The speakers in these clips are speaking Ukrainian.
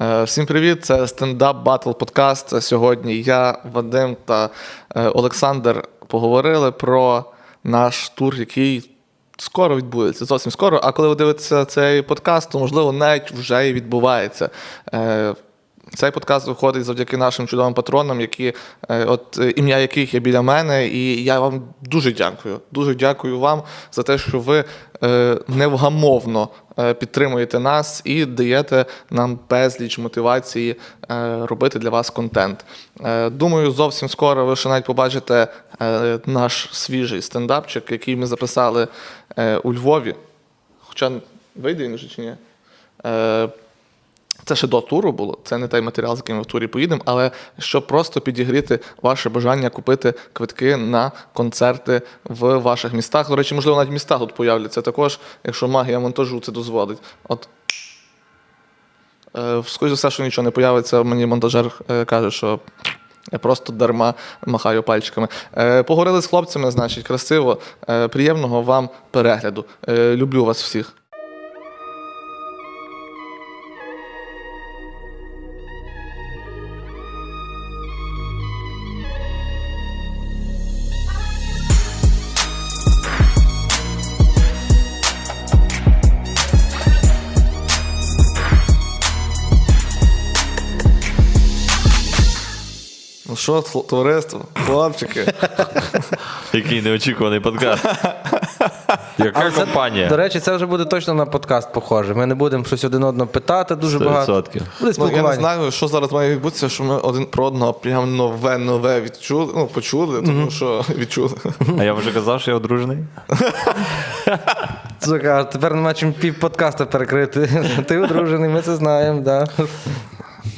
Е, Всім привіт! Це стендап батл подкаст. Сьогодні я, Вадим та е, Олександр поговорили про наш тур, який скоро відбудеться. Зовсім скоро. А коли ви дивитеся цей подкаст, то можливо навіть вже і відбувається. Е, Цей подкаст виходить завдяки нашим чудовим патронам, які е, от е, ім'я яких є біля мене. І я вам дуже дякую. Дуже дякую вам за те, що ви е, невгамовно е, підтримуєте нас і даєте нам безліч мотивації е, робити для вас контент. Е, Думаю, зовсім скоро ви ще навіть побачите е, наш свіжий стендапчик, який ми записали е, у Львові. Хоча вийде він вже чи ні? Е, це ще до туру було, це не той матеріал, з яким ми в турі поїдемо, але щоб просто підігріти ваше бажання купити квитки на концерти в ваших містах. До речі, можливо, навіть міста тут появляться також, якщо магія монтажу це дозволить. От. Е, Скоріше за все, що нічого не появиться, мені монтажер е, каже, що я просто дарма махаю пальчиками. Е, Поговорили з хлопцями, значить, красиво. Е, Приємного вам перегляду. Е, Люблю вас всіх. Ну що, тл- товариство, хлопчики. Який неочікуваний подкаст. Яка До компанія? речі, це вже буде точно на подкаст похоже. Ми не будемо щось один одного питати дуже Сто багато. відсотків. Буде Ну, я не спілкування. знаю, що зараз має відбутися, що ми один про одного прям нове нове відчули. Ну, почули, тому що відчули. А я вже казав, що я одружений. Сука, тепер нема чим пів подкаста перекрити. Ти одружений, ми це знаємо, да.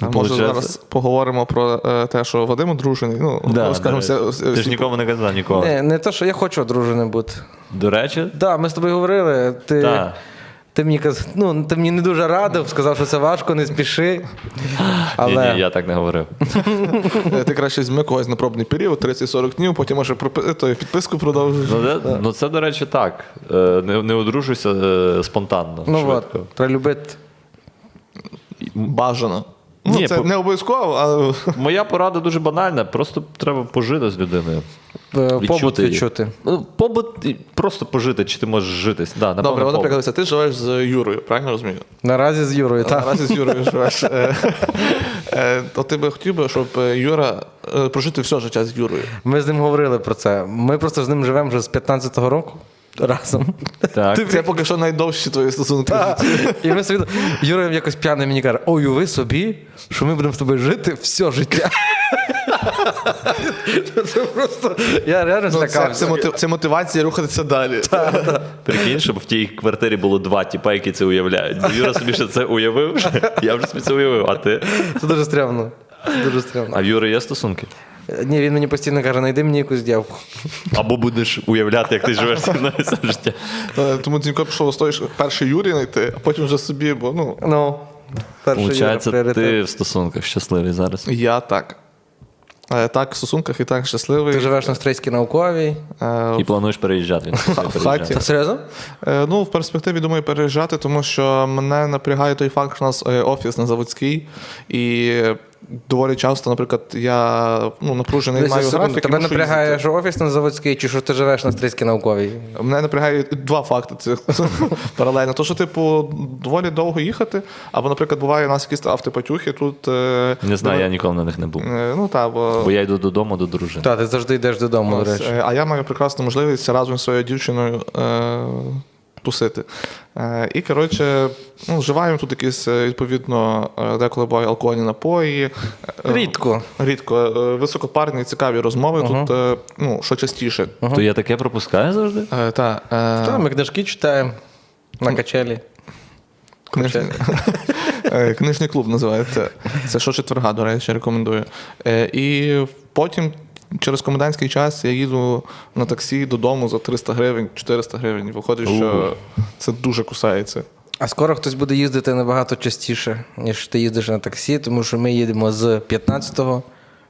А може Получається- зараз поговоримо про е, те, що Вадим одружений. Ну, Да, скажемо, до речі. все- Ти ж всі- нікому не казав ніколи. Не, не то, що я хочу одруженим бути. До речі, Да, ми з тобою говорили. Ти, Так. ти мені каз... ну, ти мені не дуже радив, сказав, що це важко, не спіши. Але ні, ні, я так не говорив. е, ти краще зми когось на пробний період, 30-40 днів, потім може пропи- е, то, і підписку продовжуєш. Ну, де- ну це, до речі, так. Е, Не, не одружуйся е, спонтанно. ну от, швидко. треба любити. Бажано. Ну, Ні, це по- не обов'язково, але Моя порада дуже банальна, просто треба пожити з людиною. е, Побут Відчути її. відчути. Ну, побут і просто пожити, чи ти можеш житись. Да, напевно, добре, от, побут. наприклад, ти живеш з Юрою, правильно розумію? Наразі з Юрою, так. Наразі з Юрою живеш. Е, е, То ти би хотів би, щоб е, Юра е, прожити все життя з Юрою. Ми з ним говорили про це. Ми просто з ним живемо вже з 15-го року разом. Так. Це поки що найдовші твої стосунки. І ми собі Юра якось п'яний мені каже: ой, уяви собі, що ми будемо з тобою жити все життя. Це просто. Я реально Ну, це, це, злякався. мотив- це мотивація рухатися далі. Прикинь, щоб в тій квартирі було два тіпа, які це уявляють. Бо Юра собі ще це уявив. Я вже собі це уявив, а ти. Це дуже стрьомно. Дуже стрьомно. А в Юри є стосунки? Ні, він мені постійно каже, найди мені якусь дівку. Або будеш уявляти, як ти живеш зі мною все життя. Е, Тому Дзінько пішов стоїш перший Юрій знайти, а потім вже собі, бо ну. Ну, перший Юра Получається, пріоритет. ти в стосунках щасливий зараз. Я так. Е, Так, в стосунках і так щасливий. Ти живеш на стрийській науковій. Е, І плануєш переїжджати. в хаті. Та серйозно? Е, Ну, в перспективі думаю переїжджати, тому що мене напрягає той факт, що у нас е, офіс на заводській, і доволі часто, наприклад, я ну, напружений Десь маю секунду, графік. і Тебе мушу напрягає, їздити. що офіс на заводській, чи що ти живеш на стрийській науковій? Мене напрягає два факти цих паралельно. То, що, типу, доволі довго їхати, або, наприклад, буває у нас якісь автопатюхи тут. е, Не знаю, я ніколи на них не був. Е, Ну та, бо, Бо я йду додому до дружини. Так, ти завжди йдеш додому, до Ось, речі. е, а я маю прекрасну можливість разом зі своєю дівчиною е, тусити. Е, і коротше, ну, вживаємо тут якісь е, відповідно е, деколи буває алкогольні напої. Е, Рідко. Рідко, е, високопарні, цікаві розмови тут, е, ну, що частіше. То я таке пропускаю завжди? Е, та, е, Та, ми книжки читаємо на качелі. Книжний, Е, книжний клуб називається. Це що четверга, до речі, рекомендую. Е, І потім через комендантський час я їду на таксі додому за 300 гривень, 400 гривень. Виходить, що це дуже кусається. А скоро хтось буде їздити набагато частіше, ніж ти їздиш на таксі, тому що ми їдемо з 15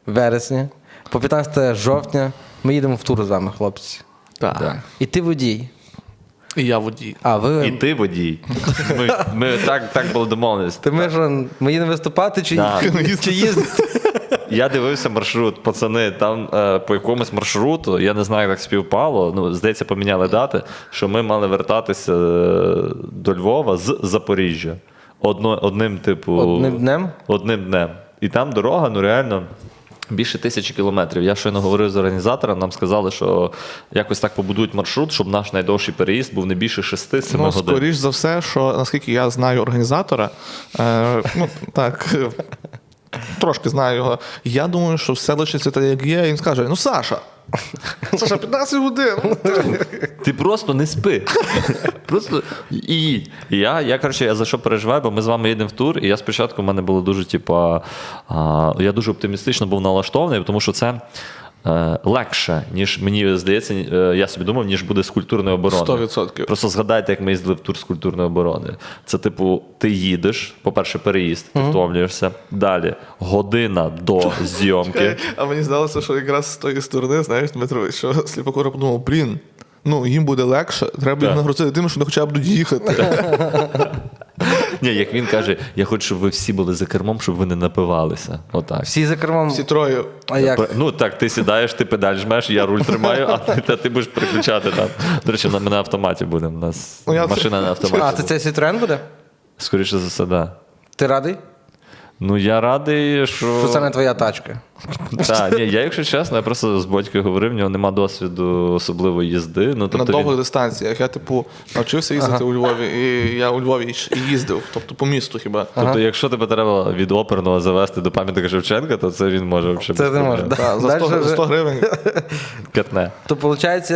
вересня по 15 жовтня. Ми їдемо в тур з вами, хлопці. Так. І ти водій. І я водій. А, ви. І ти водій. Ми, ми так, так були домовленість. Ти ми ж ми їдемо виступати чи, Да. чи їздити? Я дивився маршрут, пацани. Там е, по якомусь маршруту, я не знаю, як співпало. Ну, здається, поміняли дати, що ми мали вертатися е, до Львова з Запоріжжя. Одно, одним, типу, Одним днем? Одним днем. І там дорога, ну реально. Більше тисячі кілометрів. Я щойно говорив з організатором, нам сказали, що якось так побудують маршрут, щоб наш найдовший переїзд був не більше 6-7 Ну, годин. скоріш за все, що наскільки я знаю організатора, е, ну так. е, Трошки знаю його. Я думаю, що все лишиться так, як є. І він скаже: ну, Саша, Саша, 15 годин. Ти просто не спи. Просто і їдь. І я, я коротше, я за що переживаю, бо ми з вами їдемо в тур, і я спочатку в мене було дуже, типа, а, я дуже оптимістично був налаштований, тому що це. е, Легше, ніж мені здається, ні- е, я собі думав, ніж буде з культурної оборони. 100%. Просто згадайте, як ми їздили в тур з культурної оборони. Це, типу, ти їдеш, по-перше, переїзд, ти втомлюєшся. Далі година до зйомки. Е, А мені здалося, що якраз з тої сторони, знаєш, Дмитро, що сліпокора подумав, блін, ну їм буде легше, треба їх Так. нагрузити тим, що вони хоча б будуть їхати. Ні, як він каже, я хочу, щоб ви всі були за кермом, щоб ви не напивалися. Отак. Всі за кермом. Всі троє. А як? Пр- Ну так, ти сідаєш, ти педаль жмеш, я руль тримаю, а ти, та ти будеш переключати там. До речі, на- ми на автоматі будемо. У нас Ну, я- машина на А, автоматі. це буде. цей Citroen буде? Скоріше за все, да. Ти радий? Ну я радий, що. Що це не твоя тачка? Та, ні, я, якщо чесно, я просто з батькою говорив, в нього нема досвіду особливо їзди. Ну, На тобто довгих він... дистанціях. Я, типу, навчився їздити у Львові, і я у Львові і їздив, тобто по місту хіба. Тобто, якщо тебе треба від оперного завести до пам'ятника Шевченка, то це він може взагалі. Це ти можеш. Та, да. за 100, Дальше гри- вже- 100 гривень. Катне. То виходить,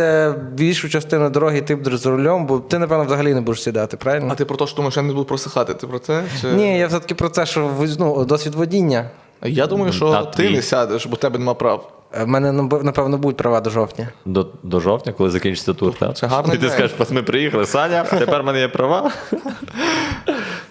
більшу частину дороги ти будеш за рулем, бо ти, напевно, взагалі не будеш сідати, А правильно? ти про те, що думаєш, я не буду просихати? Ти про це? Чи... Ні, я все-таки про те, що ви- ну, досвід водіння. Я думаю, що А ти твій? не сядеш, бо в тебе нема прав. Е, В мене наб- напевно будуть права до жовтня. До, до жовтня, коли закінчиться тур. так? це гарний І ти день. скажеш, «Пас, ми приїхали, Саня, тепер в мене є права.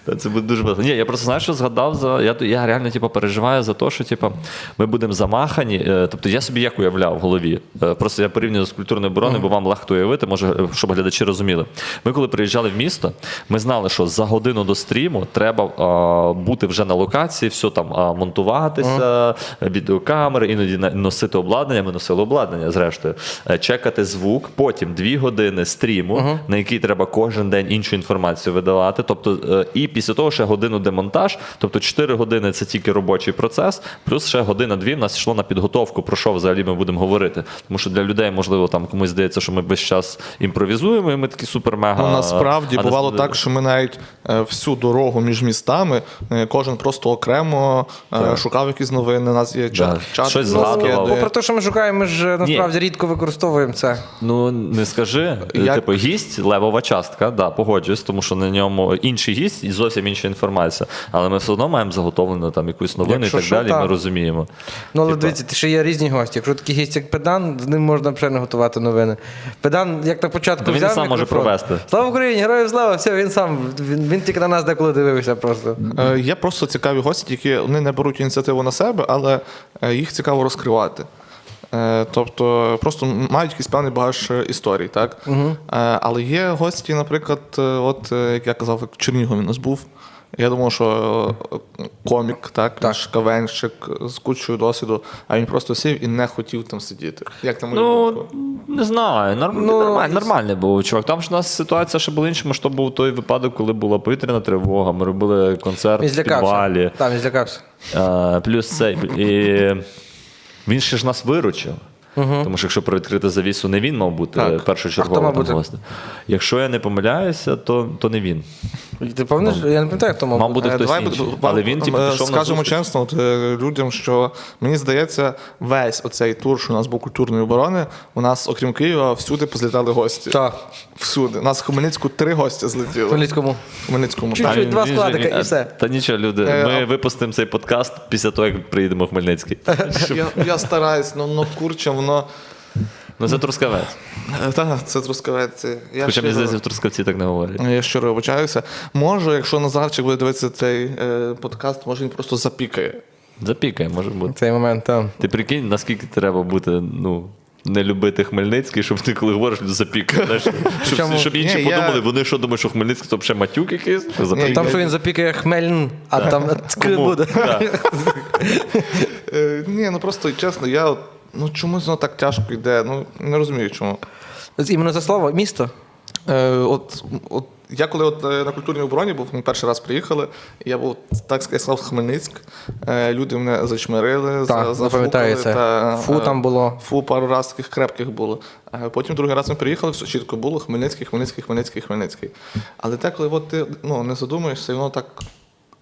Та це буде дуже важливо. Ні, я просто знаєш, що згадав за. Я, я реально типу, переживаю за те, що типу, ми будемо замахані. Е, Тобто я собі як уявляв в голові. Е, Просто я порівнюю з культурною обороною, бо вам легко уявити, може, е, щоб глядачі розуміли. Ми коли приїжджали в місто, ми знали, що за годину до стріму треба е, бути вже на локації, все там е, монтуватися, е, відеокамери, іноді на- носити обладнання. Ми носили обладнання, зрештою, Е, чекати звук. Потім дві години стріму, на який треба кожен день іншу інформацію видавати. Тобто, е, і після того ще годину демонтаж. Тобто, 4 години це тільки робочий процес, плюс ще година-дві в нас йшло на підготовку, про що взагалі ми будемо говорити. Тому що для людей, можливо, там комусь здається, що ми весь час імпровізуємо, і ми такі супер-мега. Ну, насправді а нас- бувало так, що ми навіть е, всю дорогу між містами е, кожен просто окремо е, шукав якісь новини. У нас є чат, Да. чат Щось який згадував. скидає. Попри те, що ми шукаємо, ми ж е, насправді рідко використовуємо це. Ну не скажи, Як- типу гість левова частка, да, погоджуюсь, тому що на ньому інший гість і зовсім інша інформація. Але ми все одно маємо заготовлену там якусь новину Якщо і так що, далі. так. Ми розуміємо. Ну, але Типа- дивіться, ще є різні гості. Якщо такий гість, як Педан, з ним можна взагалі не готувати новини. Педан, як на початку, Та він взяв і сам може мікрофон. провести. Слава Україні, героям слава! Все, він сам. Він, він тільки на нас деколи дивився просто. Е, Є просто цікаві гості, які вони не беруть ініціативу на себе, але е, їх цікаво розкривати. Е, Тобто просто мають якийсь певний багаж е, історій, так? Угу. Але є гості, наприклад, е, от е, як я казав, як в Чернігові у нас був. Я думав, що е, комік, так, наш кавенщик з кучою досвіду, а він просто сів і не хотів там сидіти. Як на мою Ну думку? не знаю, норм... Ну, нормально, і- нормальний був чувак. Там ж у нас ситуація ще була іншим, що був той випадок, коли була повітряна тривога. Ми робили Він концерт в підвалі. злякався. Там він злякався. Е, плюс цей. І він ще ж нас виручив. Тому що якщо про відкрити завісу, не він мав бути Так. першочергово А хто мав там бути? гостем. Якщо я не помиляюся, то, то не він. Ти пам'ятаєш? Ну, Я не пам'ятаю, хто мав. Мав бути. бути Е, хтось давай інший. бу- бу- Але він тільки е, пішов на скажемо зустріч. чесно, от, е, людям, що мені здається, весь оцей тур, що у нас був культурної оборони, у нас, окрім Києва, всюди позлітали гості. Так. Всюди. У нас в Хмельницьку три гості В злетіли. Хмельницькому. В Хмельницькому. Чуть-чуть. так. Він- два він же складика, він- і все. Та нічого, люди. Е, Ми а- випустимо цей подкаст після того, як приїдемо в Хмельницький. Я, я стараюсь, ну, ну курче, воно. Ну це трускавець. Е, Та, це трускавець. Я Хоча мені щиро- здається, в трускавці так не говорять. я щиро вибачаюся. Може, якщо Назарчик буде дивитися цей е, подкаст, може він просто запікає. Запікає, може бути. Цей момент там. Ти прикинь, наскільки треба бути, ну. не любити Хмельницький, щоб ти коли говориш, запік. Знаєш, щоб, Чому? щоб інші Ні, я- подумали, вони що думають, що Хмельницький це взагалі матюк якийсь? Запік. Там, що він запікає хмельн, а там цк буде. Е, ні, ну просто чесно, я от, ну чомусь воно так тяжко йде. Ну не розумію чому. З- Іменно за слово місто. Е, от, от я коли от е, на культурній обороні був, ми перший раз приїхали, я був так я сказав Хмельницьк. Е, люди мене зачмирили, Так, за, зафукали, запам'ятаю це. та, Фу е, там було. Фу, пару раз таких крепких було. Е, Потім другий раз ми приїхали, все чітко було: Хмельницький, Хмельницький, Хмельницький, Хмельницький. Але деколи от ти ну, не задумуєшся, і воно так.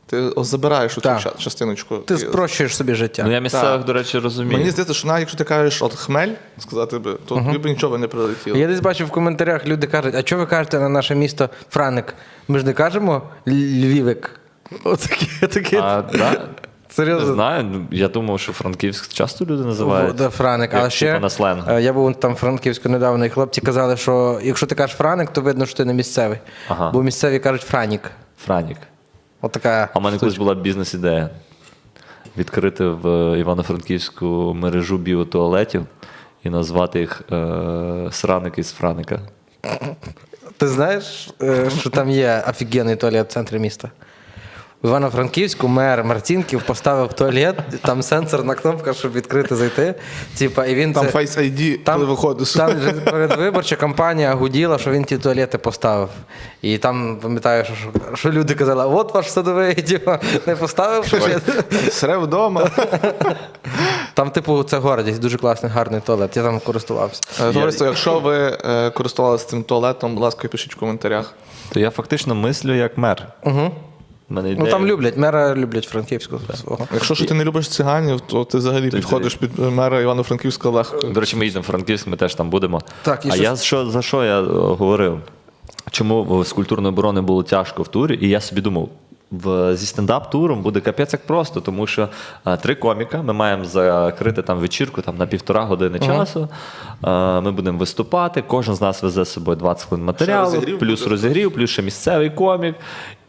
Ти забираєш цю Так. частиночку. Ти І- спрощуєш собі життя. Ну я місцевих, Так. до речі, розумію. Мені здається, що навіть якщо ти кажеш от хмель, сказати би, то тобі б нічого не прилетіло. Я десь бачив в коментарях, люди кажуть, а чого ви кажете на наше місто Франик? Ми ж не кажемо «Л- Львівик. Отакі, такі. А, да? Не Серйозно. знаю, ну, я думав, що Франківськ часто люди В- називають. да, Франик, Як, а ще типу, на сленг. е, я був там в Франківську недавно, і хлопці казали, що якщо ти кажеш Франик, то видно, що ти не місцевий. Ага. Бо місцеві кажуть Франік. Франік. Отака. А в мене колись була бізнес-ідея. Відкрити в е, Івано-Франківську мережу біотуалетів і назвати їх е, Сраник із Франика. Ти знаєш, е, що там є офігенний туалет в центрі міста? В Івано-Франківську мер Мартінків поставив туалет, там сенсорна кнопка, щоб відкрити зайти. Типа, і він Там це... Face ID, коли виходиш. Там же передвиборча кампанія гуділа, що він ті туалети поставив. І там пам'ятаю, що, що, що люди казали, от ваш садовий, типа, не поставив що ще? Сре вдома. Там, типу, це гордість, дуже класний, гарний туалет. Я там користувався. Е, Товариство, якщо ви е, користувалися цим туалетом, будь ласка, пишіть в коментарях. То я фактично мислю як мер. Угу. Мене Ну ідея- там люблять, мера люблять Франківську свого. Якщо що ти не любиш циганів, то ти взагалі підходиш під мера Івано-Франківська легко. До речі, ми їздимо в Франківськ, ми теж там будемо. Так, і а що- я що, за що я е, говорив? Чому з культурної оборони було тяжко в турі? І я собі думав. В, зі стендап-туром буде капець як просто, тому що е, три коміка. Ми маємо закрити там вечірку там, на півтора години часу. Е, ми будемо виступати. Кожен з нас везе з собою 20 хвилин матеріалу, розігрів плюс буде? розігрів, плюс ще місцевий комік.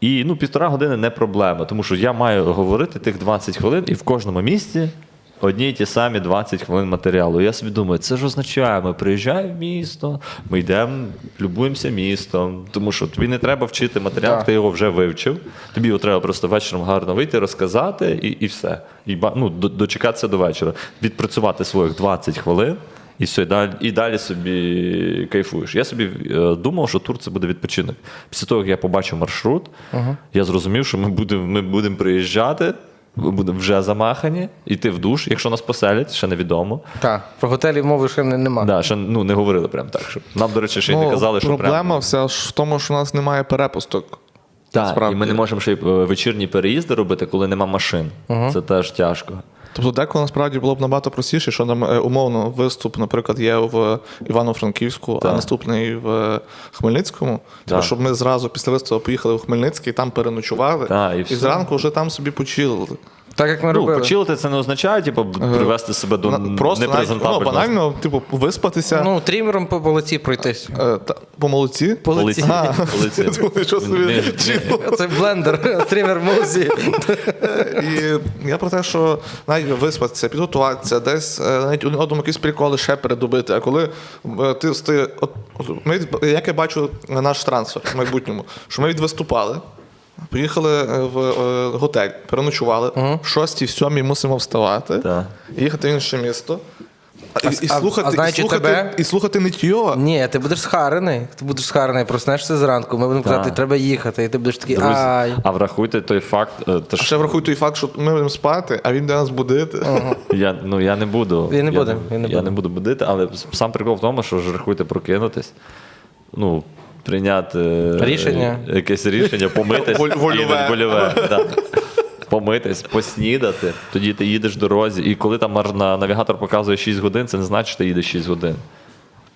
І ну, півтора години не проблема, тому що я маю говорити тих 20 хвилин, і в кожному місці одні й ті самі 20 хвилин матеріалу. І Я собі думаю, це ж означає, ми приїжджаємо в місто, ми йдемо, любуємося містом, тому що тобі не треба вчити матеріал, ти його вже вивчив. Тобі його треба просто вечором гарно вийти, розказати і, і все. І ба- ну, до- дочекатися до вечора, відпрацювати своїх 20 хвилин. І все, і далі, і далі собі кайфуєш. Я собі е, думав, що тур це буде відпочинок. Після того, як я побачив маршрут, я зрозумів, що ми будемо ми будем приїжджати, ми будемо вже замахані, йти в душ, якщо нас поселять, ще невідомо. Так, про готелі мови ще не- нема. Да, ще ну, не говорили прям так. Що... Нам, до речі, ще й не казали, що Ну, проблема прям. вся ж в тому, що у нас немає перепусток. Так, і справді. ми не можемо ще й е, вечірні переїзди робити, коли нема машин. Це теж тяжко. Тобто деколи насправді було б набагато простіше, що нам е, умовно виступ, наприклад, є в Івано-Франківську, а Так. наступний в е, Хмельницькому. Тобто, Так. щоб ми зразу після виступу поїхали в Хмельницький, там переночували, Так, і і все. зранку вже там собі почилили. Так як ми Ну, робили. почилити це не означає, типу, привести себе до Е, На- Просто навіть, ну, непрезентабельного. банально, типу, виспатися. Ну, трімером по полиці пройтись. Е, та, по молодці. По лиці. Полиці. Полиці. Думаю, що собі Не- не- Це блендер, трімер музі. І я про те, що навіть виспатися, підготуватися, десь е, навіть один одному якісь приколи ще передобити. А коли е, ти сти, от, от ми, як я бачу наш трансфер в майбутньому, що ми відвиступали. Поїхали е, в е, готель, переночували, в шостій, в сьомій мусимо вставати, Так. їхати в інше місто. А, і, і, а- слухати, а знаючи і, слухати, тебе- і слухати нитьо. Ні, ти будеш схарений. Ти будеш схарений, проснешся зранку. Ми будемо Так. казати, треба їхати. І ти будеш такий. Друзі, Ай. а врахуйте той факт, е, те, А що ще врахуй той факт, що ми будемо спати, а він де нас будити. я, ну, я не буду. Я не буду, я не я буду. не буду будити, але с- сам прикол в тому, що ж рахуйте прокинутись. Ну, прийняти е, Рішення. якесь рішення, помитись. Воль- вольове. їдеш, вольове, да. Помитись, поснідати, тоді ти їдеш дорозі. І коли там нар- на навігатор показує 6 годин, це не значить, що ти їдеш 6 годин.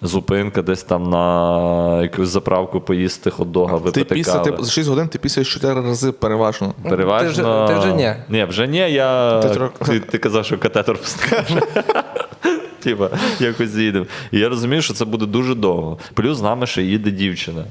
Зупинка десь там на якусь заправку поїсти хот-дога, Ти випити після типу кави. ти, за 6 годин ти пісяєш 4 рази переважно. Переважно. Ну, Ти вже- ти вже ні. Ні, вже ні, я. Ти трохи- Ти, ти казав, що катетер пускаєш. Типа, якось з'їдемо. І я розумію, що це буде дуже довго. Плюс з нами ще їде дівчина.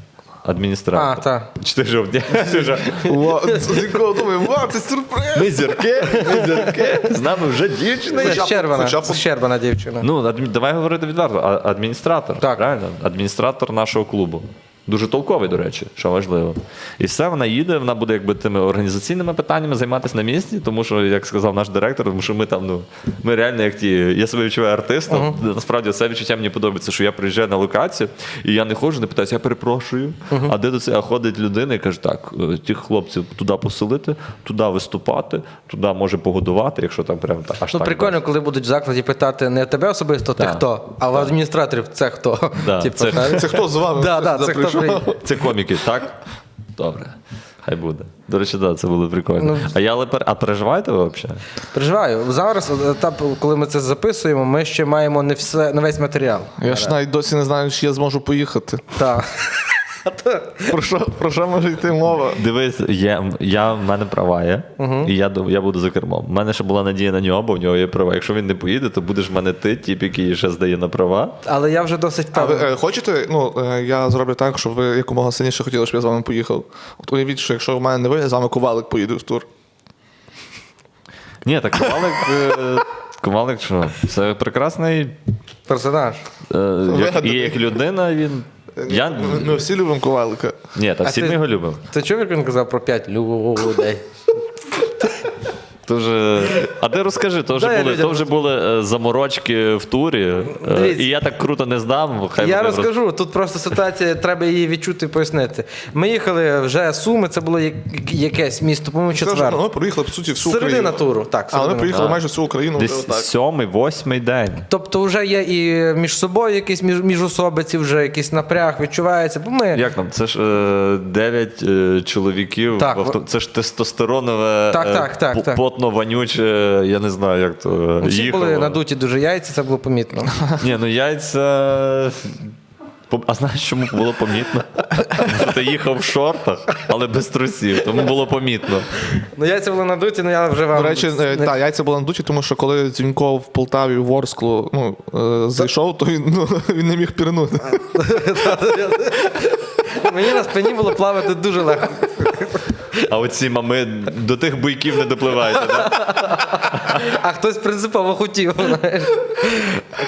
адміністратора. А, та. 4 жовтня. Ти вже, Ва- З якого думаю, вау, це сюрприз! Ми зірки, ми зірки, з нами вже дівчина. Це хоча б- ж червона, хоча б- це ж червона дівчина. Ну, адмі- давай говорити відверто. а- Адміністратор. Так. Правильно? Адміністратор нашого клубу. Дуже толковий, до речі, що важливо. І все, вона їде, вона буде якби тими організаційними питаннями займатися на місці, тому що, як сказав наш директор, тому що ми там, ну, ми реально як ті, я себе відчуваю артистом. Насправді це відчуття мені подобається, що я приїжджаю на локацію, і я не ходжу, не питаюся, я перепрошую. А де до це а ходить людина і каже, так, е, тих хлопців туди поселити, туди виступати, туди може погодувати, якщо там прям так. Аж Ну, так прикольно, коли будуть в закладі питати не тебе особисто, ти Так. хто, а в адміністраторів це хто. Да, Типу, це- так? Це хто з вами? Да, да, сюди це хто прийшов? прийде. Це коміки, так? Добре. Хай буде. До речі, да, це було прикольно. Ну, а я але пер- а переживаєте ви взагалі? Переживаю. Зараз, етап, коли ми це записуємо, ми ще маємо не все, не весь матеріал. Я ж навіть досі не знаю, чи я зможу поїхати. Так. Про що, про що може йти мова? Дивись, я, я, в мене права є, і я, дум- я буду за кермом. У мене ще була надія на нього, бо в нього є права. Якщо він не поїде, то будеш в мене ти, тіп, який ще здає на права. Але я вже досить А ви певний. е, хочете? Ну, е, я зроблю так, щоб ви якомога сильніше хотіли, щоб я з вами поїхав. От уявіть, що якщо в мене не вийде, я з вами ковалик поїде в тур. Ні, так Ковалик. е, Ковалик, що? Це прекрасний. персонаж. е, як- Вигаданий. І як людина він. Я, Ми, ми всі любимо ковалика. ні, та Е, А всі ти- ми його любимо. Ти чув, як він казав про п'ять людей? Дуже... А ти розкажи, то вже Да, я були, людям то вже були е, заморочки в турі, е, Дивіться. і я так круто не здам. Хай Я вони роз- розкажу, тут просто ситуація, треба її відчути і пояснити. Ми їхали вже Суми, це було як- якесь місто, по-моєму, Це ж четверте. ну, проїхали, по суті, всю Середина Україну. туру, так, Але середина. ми проїхали Так. майже всю Україну. вже Десь отак. сьомий, восьмий день. Тобто вже є і між собою якісь між, міжособиці, вже якийсь напряг відчувається. Бо ми Як там? Це ж е, дев'ять е, чоловіків. Так, в авто... Це ж тестостеронове, е, Так, так, так, по- так. потно вонюче, я не знаю, як то е, всі їхало. були надуті дуже яйця, це було помітно. Ні, ну яйця. по- А знаєш, чому було помітно? Що ти їхав в шортах, але без трусів, тому було помітно. ну яйця були надуті, ну я вже вам. До речі, е, не- та, яйця були надуті, тому що коли Дзюнько в Полтаві в Орсклу ну, е, зайшов, то він, ну, він не міг пірнути. Мені на спині було плавати дуже легко. А оці мами до тих буйків не допливають. А хтось принципово хотів. знаєш.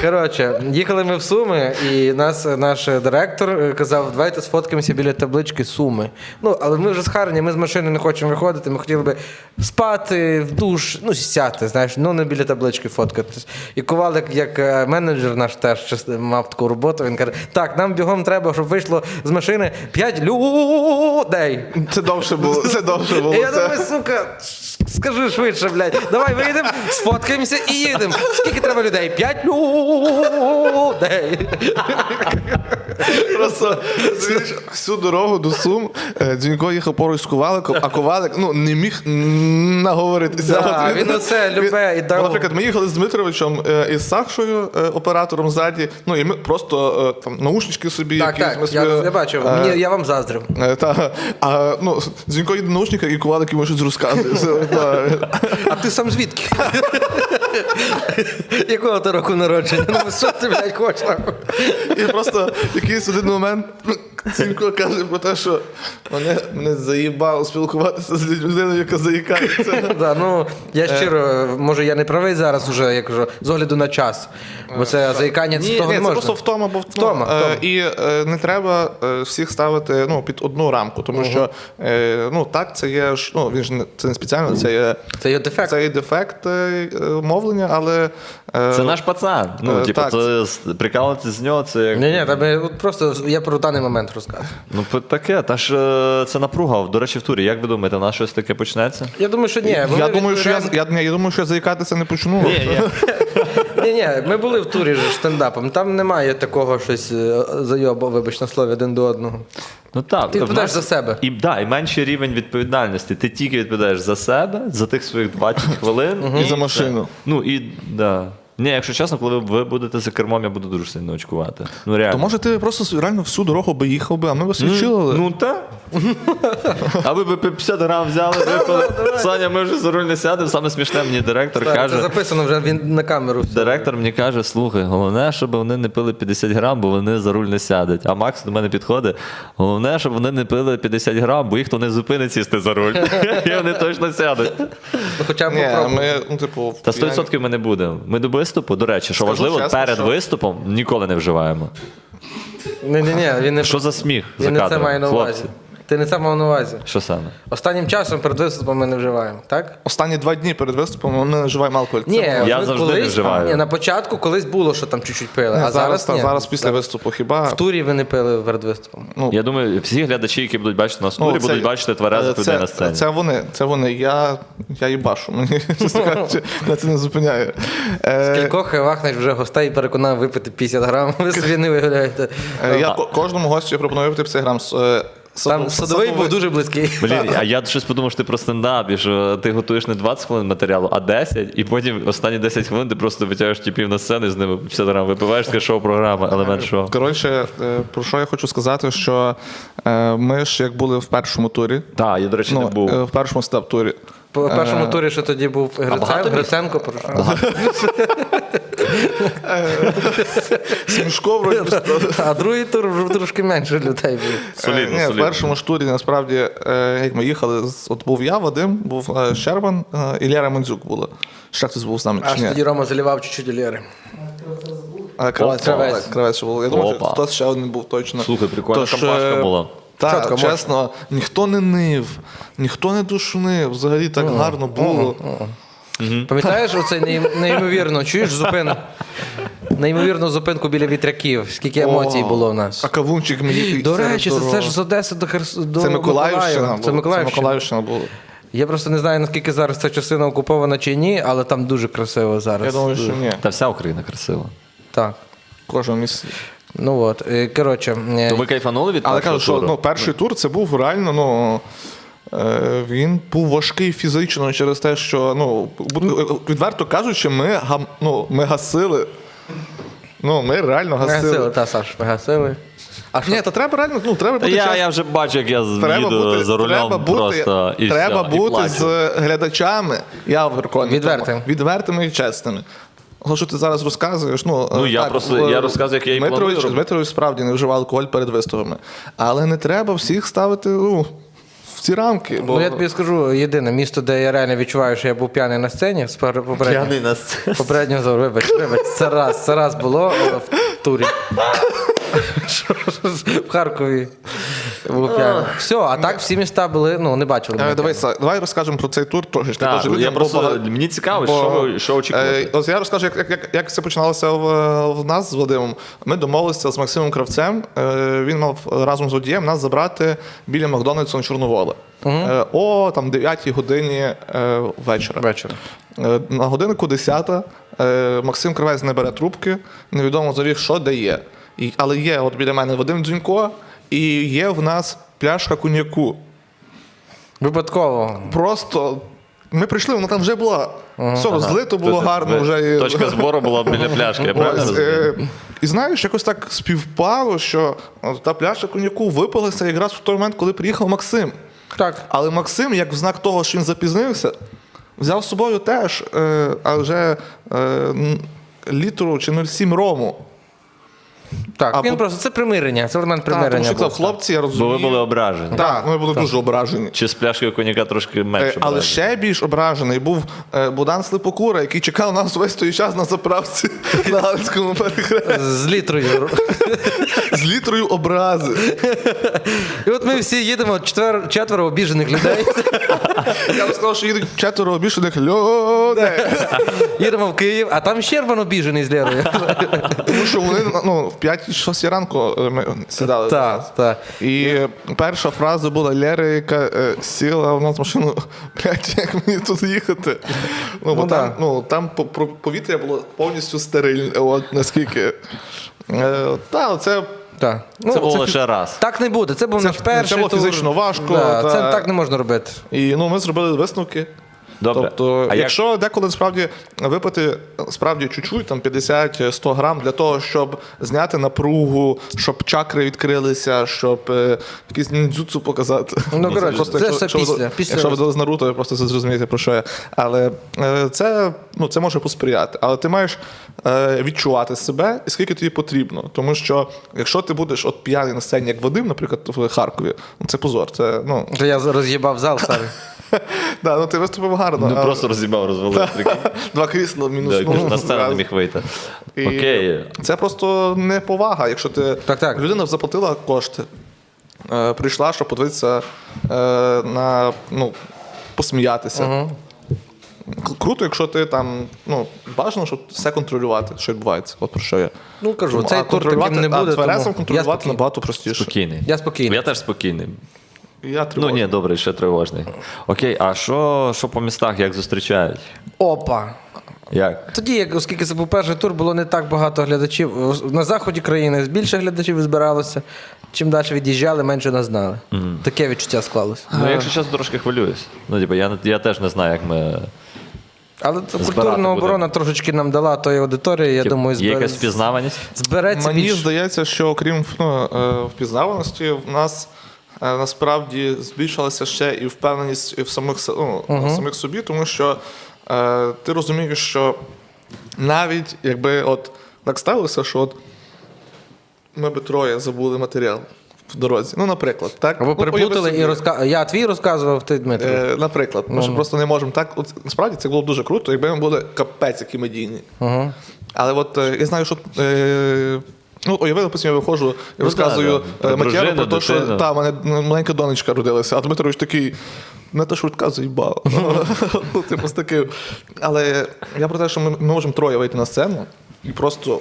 Коротше, їхали ми в Суми, і нас е, наш е, директор е, казав, давайте сфоткаємося біля таблички Суми. Ну, але ми вже з Харня, ми з машини не хочемо виходити, ми хотіли би спати в душ, ну, сяти, знаєш, ну не біля таблички фоткатись. І Ковалик, як е, менеджер наш теж част- мав таку роботу, він каже: так, нам бігом треба, щоб вийшло з машини 5 людей. Це довше було. Це довше було. І я Це- думаю, сука, скажи швидше, блядь. Давай вийдемо, сфоткаємося і їдемо. Скільки треба людей? П'ять Ну, людей. Просто знаєш, всю дорогу до Сум е, Дзюнько їхав поруч з коваликом, а ковалик ну, не міг м, наговоритися. Да, От він оце любе і Бо, дав- Наприклад, ми їхали з Дмитровичем е, і з Сакшою, е, оператором ззаді. Ну і ми просто е, там наушнички собі. Так, якісь так, ми я, собі, я бачив. е, Мені, я вам заздрив. е, Та, а ну, Дзюнько їде в наушниках і ковалик йому щось розказує. Це, та. А ти сам звідки? Якого ти року народження? Ну що ти, блядь, хочеш? І просто в якийсь один момент Цінко каже про те, що мене, мене заїбало спілкуватися з людиною, яка заїкається. Да, ну, я Е. щиро, може, я не правий зараз уже, я кажу, з огляду на час. Бо це заїкання Е, Ні, з того ні, не це можна. просто втома, бо Втома, ну, е, втома. і е, не треба е, всіх ставити ну, під одну рамку, тому що е, ну, так, це є ж, ну, він ж не, це не спеціально, це є, Це є дефект. це є дефект е, е, мовлення, але е, Це наш пацан. Ну, Е, типу, так. це прикалуватися з нього, це як. Ні, ні, там, е, от просто я про даний момент розказую. Ну, п- таке, та ж е, це напруга. До речі, в турі, як ви думаєте, у нас щось таке почнеться? Я думаю, що ні. я, вони думаю, що я, відповідають- я, ні, я думаю, що я заїкатися не почну. Ні, ні, ми були в турі ж стендапом. Там немає такого щось е, зайоба, вибач на слові один до одного. Ну так, Ти в нас- відповідаєш за себе. І, да, і менший рівень відповідальності. Ти тільки відповідаєш за себе, за тих своїх 20 хвилин. І за все. машину. Ну і да. Ні, якщо чесно, коли ви будете за кермом, я буду дуже сильно очкувати. Ну реально. То може ти просто реально всю дорогу би їхав би, а ми б освічили. Ну та. А ви б 50 грам взяли, випили. Саня, ми вже за руль не сядемо. Саме смішне мені директор Так, це каже. записано вже він на камеру. все. Директор мені каже: слухай, головне, щоб вони не пили 50 грам, бо вони за руль не сядуть. А Макс до мене підходить. Головне, щоб вони не пили 50 грам, бо їх то не зупинить сісти за руль. І вони точно сядуть. Ну, хоча б Ні, попробуй. ми, ну, типу, Та я- 100% ми не будемо. Ми до виступу, до речі, що важливо, чесно, перед що- виступом ніколи не вживаємо. Ні, ні, ні, він не, Що за сміх? за він не це кадром, має на увазі. хлопці? Ти не це мав на увазі. Що саме? Останнім часом перед виступом ми не вживаємо, так? Останні два дні перед виступом ми не живемо алкоголь. Це Ні, було- Я ми завжди не колись, вживаю. Ні, на початку колись було, що там чуть-чуть пили, а зараз, та, ні. зараз після виступу хіба. В турі ви не пили перед виступом. Ну. Я думаю, всі глядачі, які будуть бачити нас в Ну, турі, це- будуть бачити е, тверезих це, людей на сцені. Це вони, це вони. Я, я їбашу. Мені чесно кажучи, мене це не зупиняє. Е, В кількох вахнеш вже гостей переконав випити 50 грам, ви собі не виявляєте. е, Я ко- кожному гостю пропоную 50 грам. с- е, саду- Там садовий був садовий. дуже близький. Блін, а я щось подумав, що ти про стендап, і що ти готуєш не 20 хвилин матеріалу, а 10, і потім останні 10 хвилин ти просто витягаєш тіпів на сцену і з ними 50 грам випиваєш, така шоу-програма, елемент шоу. Коротше, е, про що я хочу сказати, що е, ми ж як були в першому турі. Так, я, до речі, не Ну, е, був. в першому стендап-турі. По першому Е, турі, що тоді був багато Грицен- Гриценко, пройшов. Смішко вроді. а другий тур вже трошки менше людей було. Солідно, Е, Ні, в солідно. першому ж турі насправді, е, як ми їхали, з- от був я, Вадим, був е, Щербан е, і Лера Мандзюк була. Ще хтось був з нами Аж чи ні? тоді Рома заливав чуть-чуть Лєри. А, кравець, Опа. кравець. кравець ще був. Я думаю, що Опа. хтось ще один був точно. Слухай, прикольна Тож, компашка е, була. Так, Чітко, можна. чесно, ніхто не нив, ніхто не душнив. Взагалі так гарно було. Пам'ятаєш оце ней- неймовірно, чуєш зупину? Неймовірну зупинку біля вітряків, скільки емоцій О, було в нас. А кавунчик мені До речі, це, це здорово. ж з Одеси до Херсу до це Миколаївщина. Миколаєва. була, Це Миколаївщина. Миколаївщина була. Я просто не знаю, наскільки зараз ця частина окупована чи ні, але там дуже красиво зараз. Я думаю, що ні. Та вся Україна красива. Так. Кожен місць. Ну от, е, коротше, е, То ви кайфанули від Але першого кажу, що туру? ну, перший тур це був реально, ну. е, Він був важкий фізично через те, що ну бу- відверто кажучи, ми гам, ну, ми гасили. Ну, ми реально гасили. гасили, та Саш, гасили. А що? Ні, то треба реально, ну треба Та бути я, чесним. я вже бачу, як я з- Треба їду бути, за рулем треба бути, просто і треба все, і бути плачу. з глядачами. Я переконаний. в тому. Відвертим. відвертими і чесними. Але що ти зараз розказуєш? Ну, Ну, е, я просто- е, я розказую, як я і Дмитрович- планую робити. Дмитрович справді не вживав алкоголь перед виступами. Але не треба всіх ставити ну, в ці рамки. Бо Ну я тобі скажу, єдине місто, де я реально відчуваю, що я був п'яний на сцені з пер- попереднього. П'яний на сцені. Попереднього зору, вибач, вибач, це раз, це раз було е, в турі. Що ж, В Харкові. був п'яний. Все, а так всі міста були, ну не бачили. Е, мене. Давай, Са, давай розкажемо про цей тур трошечки. Так, Тож людям, я бо просто, багато- мені цікаво, бо, що, ви- що очікувати. Е, Ось я розкажу, як, як, як, як це починалося в, в нас з Вадимом. Ми домовилися з Максимом Кравцем. Е, він мав разом з водієм нас забрати біля Макдональдсу на Чорновола. Е, о там 9 годині е, вечора. Вечора. Е, на годинку 10 е, Максим Кравець не бере трубки, невідомо завіг, що де є. І, але є от біля мене Вадим Дзюнько, і є в нас пляшка коньяку Випадково. просто. Ми прийшли, вона там вже була. Все розлито було Тут гарно Тобто, ви- вже. і- Точка збору була біля пляшки, я правильно Ось, розумію? е, і знаєш, якось так співпало, що е, та пляшка коньяку випалася якраз в той момент, коли приїхав Максим. Так. Але Максим, як в знак того, що він запізнився, взяв з собою теж, е, а вже е, н- літру чи 0,7 рому. Так, А він бу- просто це примирення, це елемент Та, тому примирення. що був. казав, хлопці, я Бо розумію. ви були ображені. Так, ми були дуже ображені. Чи з пляшкою коньяка трошки Е, менше Але ображені? ще більш ображений був е, Богдан Слепокура, який чекав нас весь той час на заправці на Галицькому перехресті З літрою. з літрою образи. І от ми всі їдемо четвер- четверо обіжених людей. Я б сказав, що їдуть четверо обішених людей, Їдемо в Київ, а там Щербан обіжений з Лєрою. тому що вони ну, в 5-6 ранку е, ми сідали. Так, так. І е, перша фраза була Лєри, яка е, сіла в нас в машину, блядь, як мені тут їхати. Ну, бо Ну, там, да. ну, там по- про- повітря було повністю стерильне, от наскільки. Е, та, це Так. Ну, Це було лише раз. Так не буде. Це був наш перший було тур. фізично важко, Да, та- Це так не можна робити. І ну, ми зробили висновки. Добре. Тобто, А як- якщо деколи справді випити справді чуть-чуть, там 50-100 грам для того, щоб зняти напругу, щоб чакри відкрилися, щоб е, якийсь ніндзюцу показати. Ну, коротше, це все якщо, після, ви- після. Якщо ви дали з Наруто, ви просто це зрозумієте, про що я. Але е, це, ну, це може посприяти. Але ти маєш е, відчувати себе і скільки тобі потрібно. Тому що якщо ти будеш от п'яний на сцені, як Вадим, наприклад, в Харкові, ну, це позор. Це, ну, То я роз'їбав зал, сорі. да, ну ти виступив гарно. Ну але- просто розібав, розвалив. прикинь. Два крісла мінус Да, нуль. На сцену не міг вийти. ну, І Окей. Це просто неповага. Якщо ти Так, так. людина заплатила кошти, е, прийшла, щоб подивитися е, на ну, посміятися. К- Круто, якщо ти там ну, бажано, щоб все контролювати, що відбувається. От про що я. Ну, кажу, цей а тур таким контролювати- не буде, А тверезим тому я контролювати спокійний. набагато простіше. Спокійний. Я спокійний. Я теж спокійний. Я Ну тривожний. ні, добре, ще тривожний. Окей, а що, що по містах, як зустрічають? Опа. Як? Тоді, як, оскільки це був перший тур, було не так багато глядачів. На заході країни більше глядачів збиралося. Чим далі від'їжджали, менше нас знали. Таке відчуття склалося. Ну, якщо чесно, трошки хвилююсь. Ну, типу, я, не- я теж не знаю, як ми. Але це Збирати культурна будемо. оборона трошечки нам дала тої аудиторії, я типу, думаю, є збере- якась впізнаваність? збереться Мені більше. здається, що окрім ну, е, впізнаваності, в нас е, насправді збільшилася ще і впевненість і в самих, се- ну, в самих собі, тому що е, ти розумієш, що навіть якби от так сталося, що от ми би троє забули матеріал в дорозі. Ну, наприклад, так? Або Ну, переплутали уяви і собі. розка... Я твій розказував, ти Дмитро. Е, Наприклад, ми ж просто не можемо так. От, насправді це було б дуже круто, якби ми були капець, які медійні. Але от е, я знаю, що. Е, Ну, уявили, допустим, я виходжу і розказую Ну, да, да, про дружину, про те, що дитину. та, в мене ну, маленька донечка родилася, а Дмитрович такий. Не та швидка заїбала. Ну, типу, з таким. Але я про те, що ми ми можемо троє вийти на сцену і просто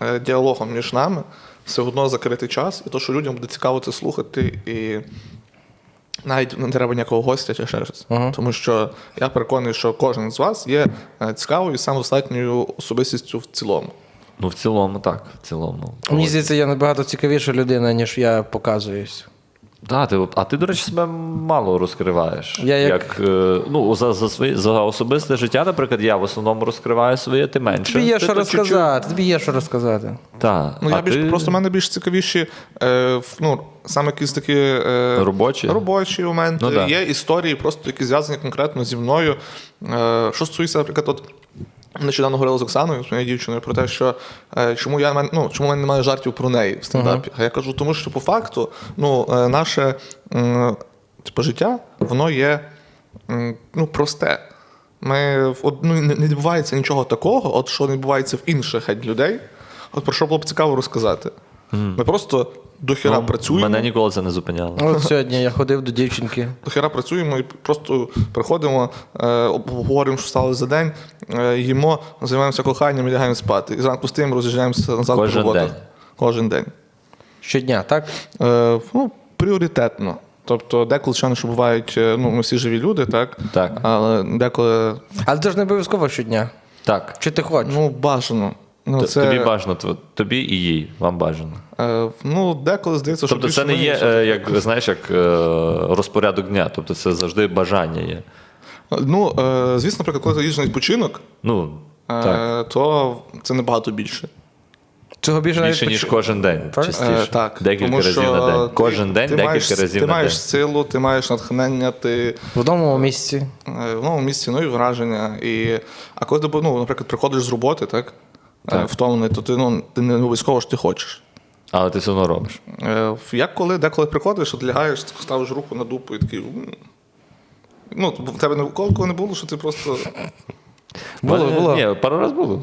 е, діалогом між нами все одно закрити час, і то, що людям буде цікаво це слухати і навіть не треба ніякого гостя чи ще щось. Тому що я переконаний, що кожен з вас є е, цікавою і самодостатньою особистістю в цілому. Ну, в цілому, так. В цілому. Мені здається, я набагато цікавіша людина, ніж я показуюсь. Да, ти, а ти, до речі, себе мало розкриваєш. Я як- е, ну, за, за, свої, за особисте життя, наприклад, я в основному розкриваю своє, ти менше. Тобі є що тут розказати, тобі є що розказати. чуть-чуть. Та, Ну а я більш ти... просто в мене більш цікавіші, е, в- ну саме якісь такі е, Робочі? робочі моменти. Ну, да. Є історії, просто які зв'язані конкретно зі мною. Е, що стосується, наприклад, от. Нещодавно говорили з Оксаною, з моєю дівчиною, про те, що е, чому я мен- ну, чому в мене немає жартів про неї в стендапі. А я кажу, тому що по факту ну, е, наше м, типу, життя воно є м, ну, просте. Ми, в- от, ну, не не відбувається нічого такого, от що не відбувається в інших геть людей. От про що було б цікаво розказати. Ми просто дохіра працюємо. ну, Мене ніколи це не зупиняло. От сьогодні я ходив до дівчинки. До хера працюємо і просто приходимо, е, обговорюємо, що сталося за день, е, їмо, займаємося коханням і лягаємо спати. І зранку стоїмо, роз'їжджаємося назад Кожен по роботах. день? Кожен день. Щодня, так? Е, ну, пріоритетно. Тобто, деколи ще що бувають, е, ну, ми всі живі люди, так? Так. Але деколи Але це ж не обов'язково щодня. Так. Чи ти хочеш? ну, бажано. Ну, Т- це, Тобі бажано, тв- тобі і їй, вам бажано. е, ну, деколи здається, що Тобто більше це не мені є, все е, як, знаєш, як е, розпорядок дня, тобто це завжди бажання є. Ну, е, звісно, наприклад, коли ти їдеш на відпочинок, Ну, е, так. то це набагато більше. Цього більше, Більше, навіть ніж кожен день. Так? Частіше. Е, так, Декілька тому разів що на день. ти- Кожен день, ти декілька маєш, разів Ти на маєш день. силу, ти маєш натхнення, ти в одному місці. е, в новому місці нові враження. І, а коли ти, ну, наприклад, приходиш з роботи, так, так. втомлений, то ти, ну, ти не обов'язково що ти хочеш. Але ти все одно робиш. Е, Як коли, деколи приходиш, от лягаєш, типу, ставиш руку на дупу і такий. «М». Ну, в тебе не коли не було, що ти просто. Було, Е, було. Ні, пару разів було.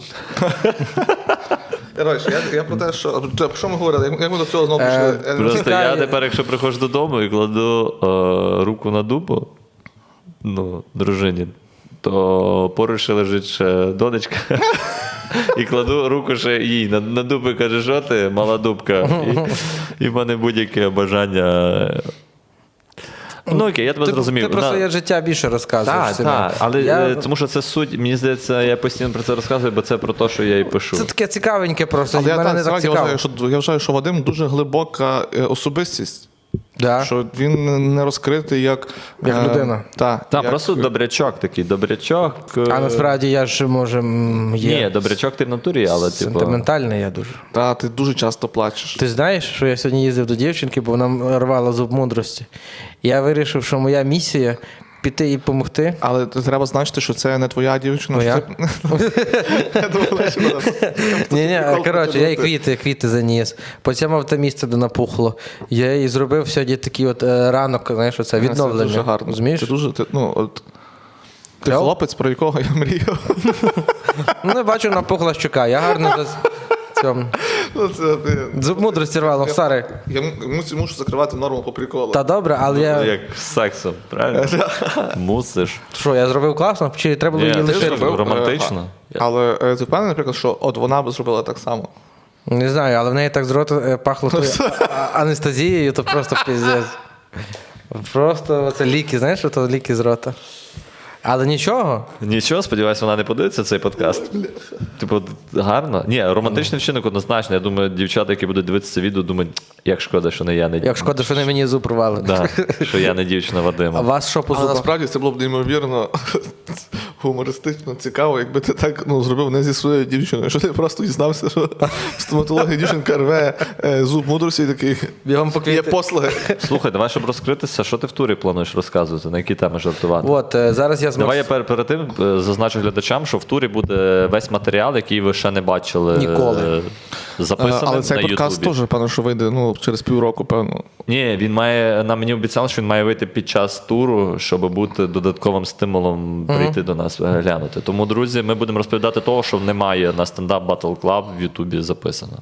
Коротше, я, я про те, що. Про що ми говорили? Як- Як ми до цього знову Е, прийшли? Я не Просто Цікаві. я тепер, якщо приходжу додому і кладу е, руку на дупу, ну, дружині, то поруч ще лежить ще донечка. І кладу руку ще їй на, на дупи, каже, що ти, мала дубка. І, і в мене будь-яке бажання. Ну окей, я тебе Ти, зрозумів. ти про На- своє життя більше розказуєш. Так, всім. так, але Я- е, тому що це суть, мені здається, я постійно про це розказую, бо це про те, що я і пишу. Це таке цікавеньке просто. Але для я, мене так, не так справді цікаво. вважаю, що, я вважаю, що Вадим дуже глибока е, особистість. Да. Що він не розкритий як, е, Як людина. Та, Та, як- просто добрячок такий, добрячок. е, А насправді я ж може м, є Ні, добрячок ти в натурі, але типу. сентиментальний я дуже. Та, ти дуже часто плачеш. Ти знаєш, що я сьогодні їздив до дівчинки, бо вона рвала зуб мудрості. Я вирішив, що моя місія піти і допомогти. Але т- треба значити, що це не твоя дівчина. Моя? Ну, що це- Я думала, що вона- Ні, ні, прикол коротше, я придумати. їй квіти, квіти заніс. Потім те місце, де напухло. Я їй зробив сьогодні такий от е, ранок, знаєш, оце відновлення. Це дуже гарно. Розумієш? Ти дуже, ти, ну, от, ти Кльово? хлопець, про якого я мріяв. Ну, я бачу, напухла щука. Я гарно за цьому. Ну, це, блін. Зуб мудрості рвало, старий. Я м- мусю- мушу закривати норму по приколу. Е, Та добре, але я. ну, Як з сексом, правильно? Мусиш. Що, я зробив класно? Чи треба було Ні, її ти лишити? зробив. романтично. Е, а- Але е, ти впевнений, наприклад, що от вона б зробила так само. Не знаю, але в неї так з рота е, пахло тою а- анестезією, то просто піздець. Просто це ліки, знаєш, то ліки з рота. Але нічого. Нічого, сподіваюсь, вона не подивиться цей подкаст. Типу, гарно. Ні, романтичний вчинок однозначно. Я думаю, дівчата, які будуть дивитися це відео, думають, як шкода, що не я не Як шкода, що вони мені зуб рвали. Да, що я не дівчина А Вадима. вас що по Але зубах? насправді це було б неймовірно гумористично цікаво, якби ти так ну, зробив не зі своєю дівчиною, що ти просто дізнався, що стоматологія дівчинка рве е, зуб мудрості і такий. Бігом по Є квіти. послуги. Слухай, давай, щоб розкритися, що ти в турі плануєш розказувати, на які теми жартувати? От, е, зараз я з Давай я Макс... пер- перед тим е, зазначу глядачам, що в турі буде весь матеріал, який ви ще не бачили. е, Ніколи. Е, Записаний Але цей на подкаст Ютубі. теж, певно, що вийде ну, через півроку, певно. Ні, він має нам мені обіцяли, що він має вийти під час туру, щоб бути додатковим стимулом прийти до нас е, глянути. Тому, друзі, ми будемо розповідати того, що немає на стендап Battle Club в Ютубі записано.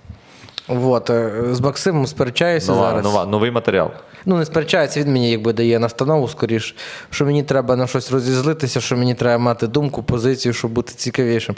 От, е, з Максимом сперечаюся Нова, зараз. нова, новий матеріал. Ну, не сперечається, він мені якби дає настанову скоріш, що мені треба на щось розізлитися, що мені треба мати думку, позицію, щоб бути цікавішим.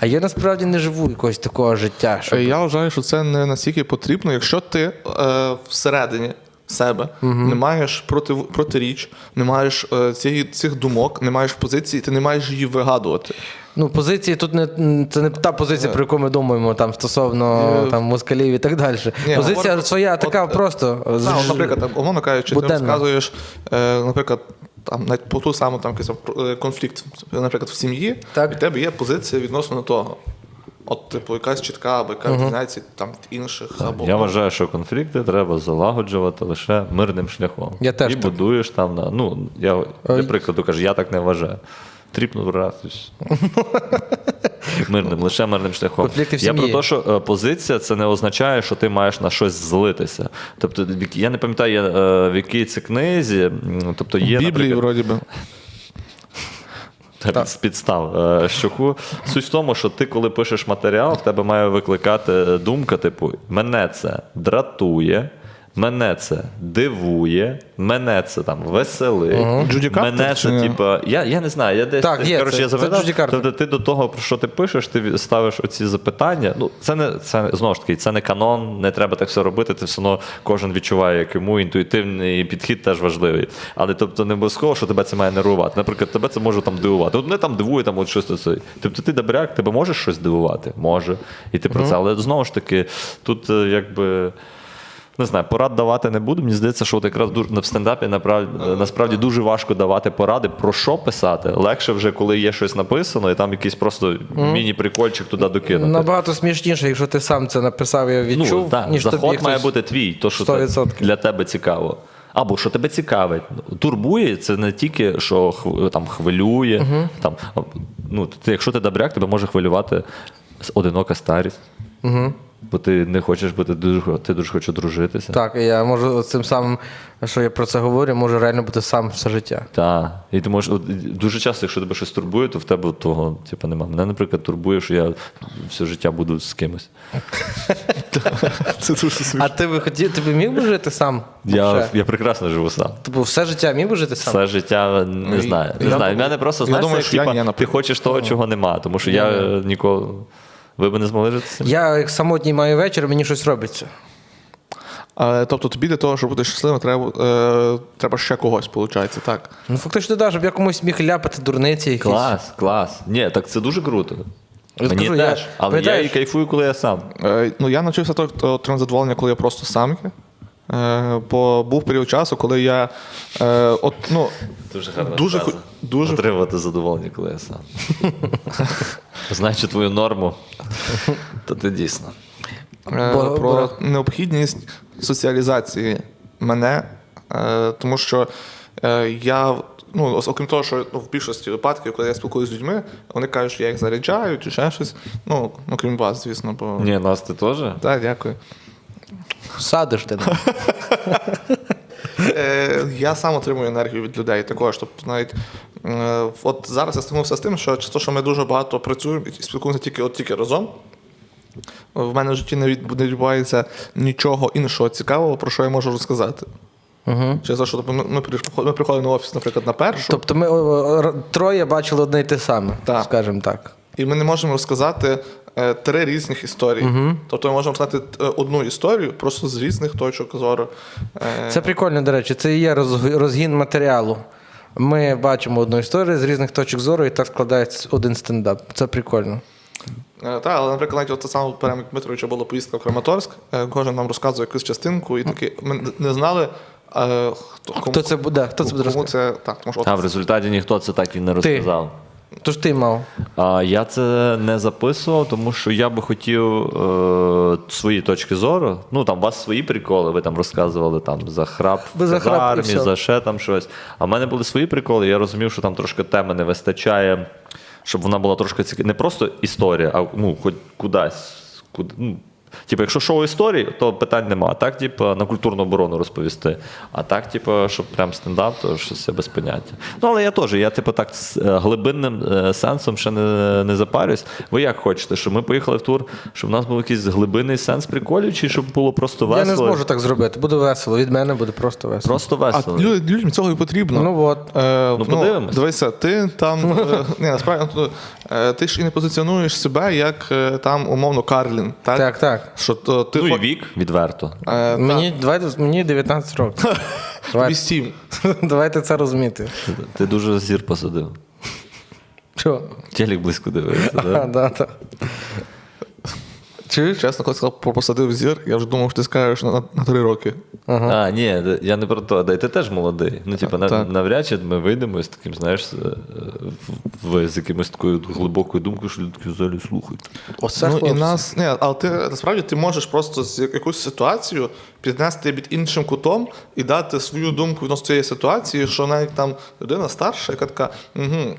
А я насправді не живу якогось такого життя. Що... Е, Я вважаю, що це не настільки потрібно, якщо ти е, всередині себе не маєш проти, протиріч, не маєш е, цієї, цих думок, не маєш позиції, ти не маєш її вигадувати. Ну, позиції тут не це не та позиція, про яку ми думаємо там стосовно Е, там москалів і так далі. Ні, Позиція говор- своя така от, е, просто. з- Та, от, наприклад, там, умовно кажучи, ти буденно. розказуєш, е, наприклад, там навіть по ту саму там якийсь там, е, конфлікт, наприклад, в сім'ї, Так. і в тебе є позиція відносно того. От, типу, якась чітка, або яка відрізняється там від інших, або Я вважаю, що конфлікти треба залагоджувати лише мирним шляхом. Я теж і так. будуєш там на. Ну, я для Ой. прикладу кажу, я так не вважаю. Тріпнув раз. і все. Мирним, лише мирним шляхом. Конфлікти в я про сім'ї. те, що е, позиція це не означає, що ти маєш на щось злитися. Тобто, в якій- я не пам'ятаю, я, е, в якій це книзі. м, Тобто є в Біблії, наприклад, вроді би. та, З підстав е, щоку. Суть в тому, що ти, коли пишеш матеріал, в тебе має викликати е, думка, типу, мене це дратує. Мене це дивує, мене це там веселить, Джуді Картер мене чи це ні? типу, я, я не знаю, я десь Так, є, коротше, це- я це запитав, Джуді Картер. тобто ти до того, про що ти пишеш, ти ставиш оці запитання. Ну, це не це знову ж таки, це не канон, не треба так все робити. Ти все одно кожен відчуває, як йому інтуїтивний підхід теж важливий. Але тобто не обов'язково, що тебе це має нервувати. Наприклад, тебе це може там дивувати. От мене там дивує, там от щось це- це. Тобто ти добряк, тебе можеш щось дивувати? Може. І ти про це. Але знову ж таки, тут е, якби. Не знаю, порад давати не буду. Мені здається, що от якраз дуже в стендапі направ- насправді дуже важко давати поради, про що писати. Легше вже, коли є щось написано, і там якийсь просто міні-прикольчик туди докинути. Ну, Набагато смішніше, якщо ти сам це написав і відчув, ну, так, ніж заход тобі має хтось- бути твій, то що те- 100%. для тебе цікаво. Або що тебе цікавить. Турбує це не тільки, що хв- там хвилює. Там, ну, ти- якщо ти добряк, тебе може хвилювати с- одинока старість. Бо ти не хочеш бути дуже, хо- ти дуже хочеш дружитися. Так, і я можу цим самим, що я про це говорю, можу реально бути сам все життя. Так. І ти можеш от, дуже часто, якщо тебе щось турбує, то в тебе от того типу, нема. Мене, наприклад, турбує, що я все життя буду з кимось. Це дуже смішно. А ти би хотів, ти би міг би жити сам? Я, Вообще? я прекрасно живу сам. Типу, все життя міг би жити сам? Все життя не знаю. Не Ну, я знаю. В думаю- мене просто я знаєш, думаю, як, що я типа, ні, ти наприклад. ну, хочеш того, чого нема, тому що я е, ніколи. Ви б не змогли жити з цим? Я як самотній маю вечір, мені щось робиться. Е, Тобто тобі для того, щоб бути щасливим, треба, е, треба ще когось, виходить, так. Ну, фактично, да, щоб я комусь міг ляпати дурниці якісь. Клас, клас. Ні, так це дуже круто. Я Мені скажу, я- теж. Але я пам'ятаєш- і кайфую, коли я сам. Е, Ну, я навчився то- то отримати задоволення, коли я просто сам. є. Е, бо був період часу, коли я е, от, ну, Дуже гарна Дуже фраза. хо- дуже- Отримувати задоволення, коли я сам. Знаючи твою норму, то ти дійсно. е, Бо- про бо- необхідність соціалізації мене, е, тому що е, я. Ну, ос- окрім того, що ну, в більшості випадків, коли я спілкуюся з людьми, вони кажуть, що я їх заряджаю чи ще щось. Ну, окрім вас, звісно, бо. Ні, нас ти теж? Так, дякую. Садиш ти. нас. Е, я сам отримую енергію від людей також. Тобто навіть е, от зараз я стикнувся з тим, що через те, що ми дуже багато працюємо і спілкуємося тільки от тільки разом. В мене в житті не від- не відбувається нічого іншого цікавого, про що я можу розказати. Угу. Через те, що тобто, ми, ми приш- ми приходимо на офіс, наприклад, на першу, Тобто ми о, р- троє бачили одне й те саме, Так. скажімо так. і ми не можемо розказати е, три різних історії. Тобто ми можемо розказати е, одну історію просто з різних точок зору. Е, Це прикольно, до речі, це і є розг- розгін матеріалу. Ми бачимо одну історію з різних точок зору, і так складається один стендап. Це прикольно. Е, Так, але, наприклад, навіть от те саме Перемик Дмитровича була поїздка в Краматорськ. Е, Кожен нам розказує якусь частинку, і таки ми н- не знали, е, хто, кому, Хто це буде? Хто це буде кому розказувати? це так, тому що от, А в результаті ніхто це так і не розказав. Тож ти мав. А, я це не записував, тому що я би хотів е, свої точки зору. Ну там у вас свої приколи, ви там розказували там за храп Ви за в храп і армії, всьо. за ще там щось. А в мене були свої приколи. Я розумів, що там трошки теми не вистачає, щоб вона була трошки цікава. Не просто історія, а ну хоч кудись. Куди, ну, Типу, якщо шоу історії, то питань нема. Так, типу, на культурну оборону розповісти. А так, типу, щоб прям стендап, то щось я без поняття. Ну, але я теж, я типу так з е, глибинним е, сенсом ще не, не запарюсь. Ви як хочете, щоб ми поїхали в тур, щоб в нас був якийсь глибинний сенс приколів, чи щоб було просто весело? Я не зможу так зробити. Буде весело. Від мене буде просто весело. Просто а весело. лю- людям цього і потрібно. Ну от. Е, ну, подивимось. Дивися, ти там е, ні, насправді ну, е, ти ж і не позиціонуєш себе як е, там умовно Карлін. Так, Так, так. Що то ти Ну і хо- вік відверто. Е, Мені, давайте, мені 19 років. тобі Давайте, сім. давайте це розуміти. Ти, ти дуже зір посадив. Що? Телек близько дивився. Да? А, да, да. Чуєш? Чесно, коли сказав про посадив зір, я вже думав, що ти скажеш на, на, на три роки. А, ні, я не про то. Да, і ти теж молодий. Ну, типу, на, Так. навряд чи ми вийдемо з таким, знаєш, з, е, в- з якимось такою глибокою думкою, що люди такі в залі слухають. Оце ну, і хлопці. нас ні, але ти насправді ти можеш просто з як- якусь ситуацію піднести під іншим кутом і дати свою думку відносно цієї ситуації, що навіть там людина старша, яка така, угу.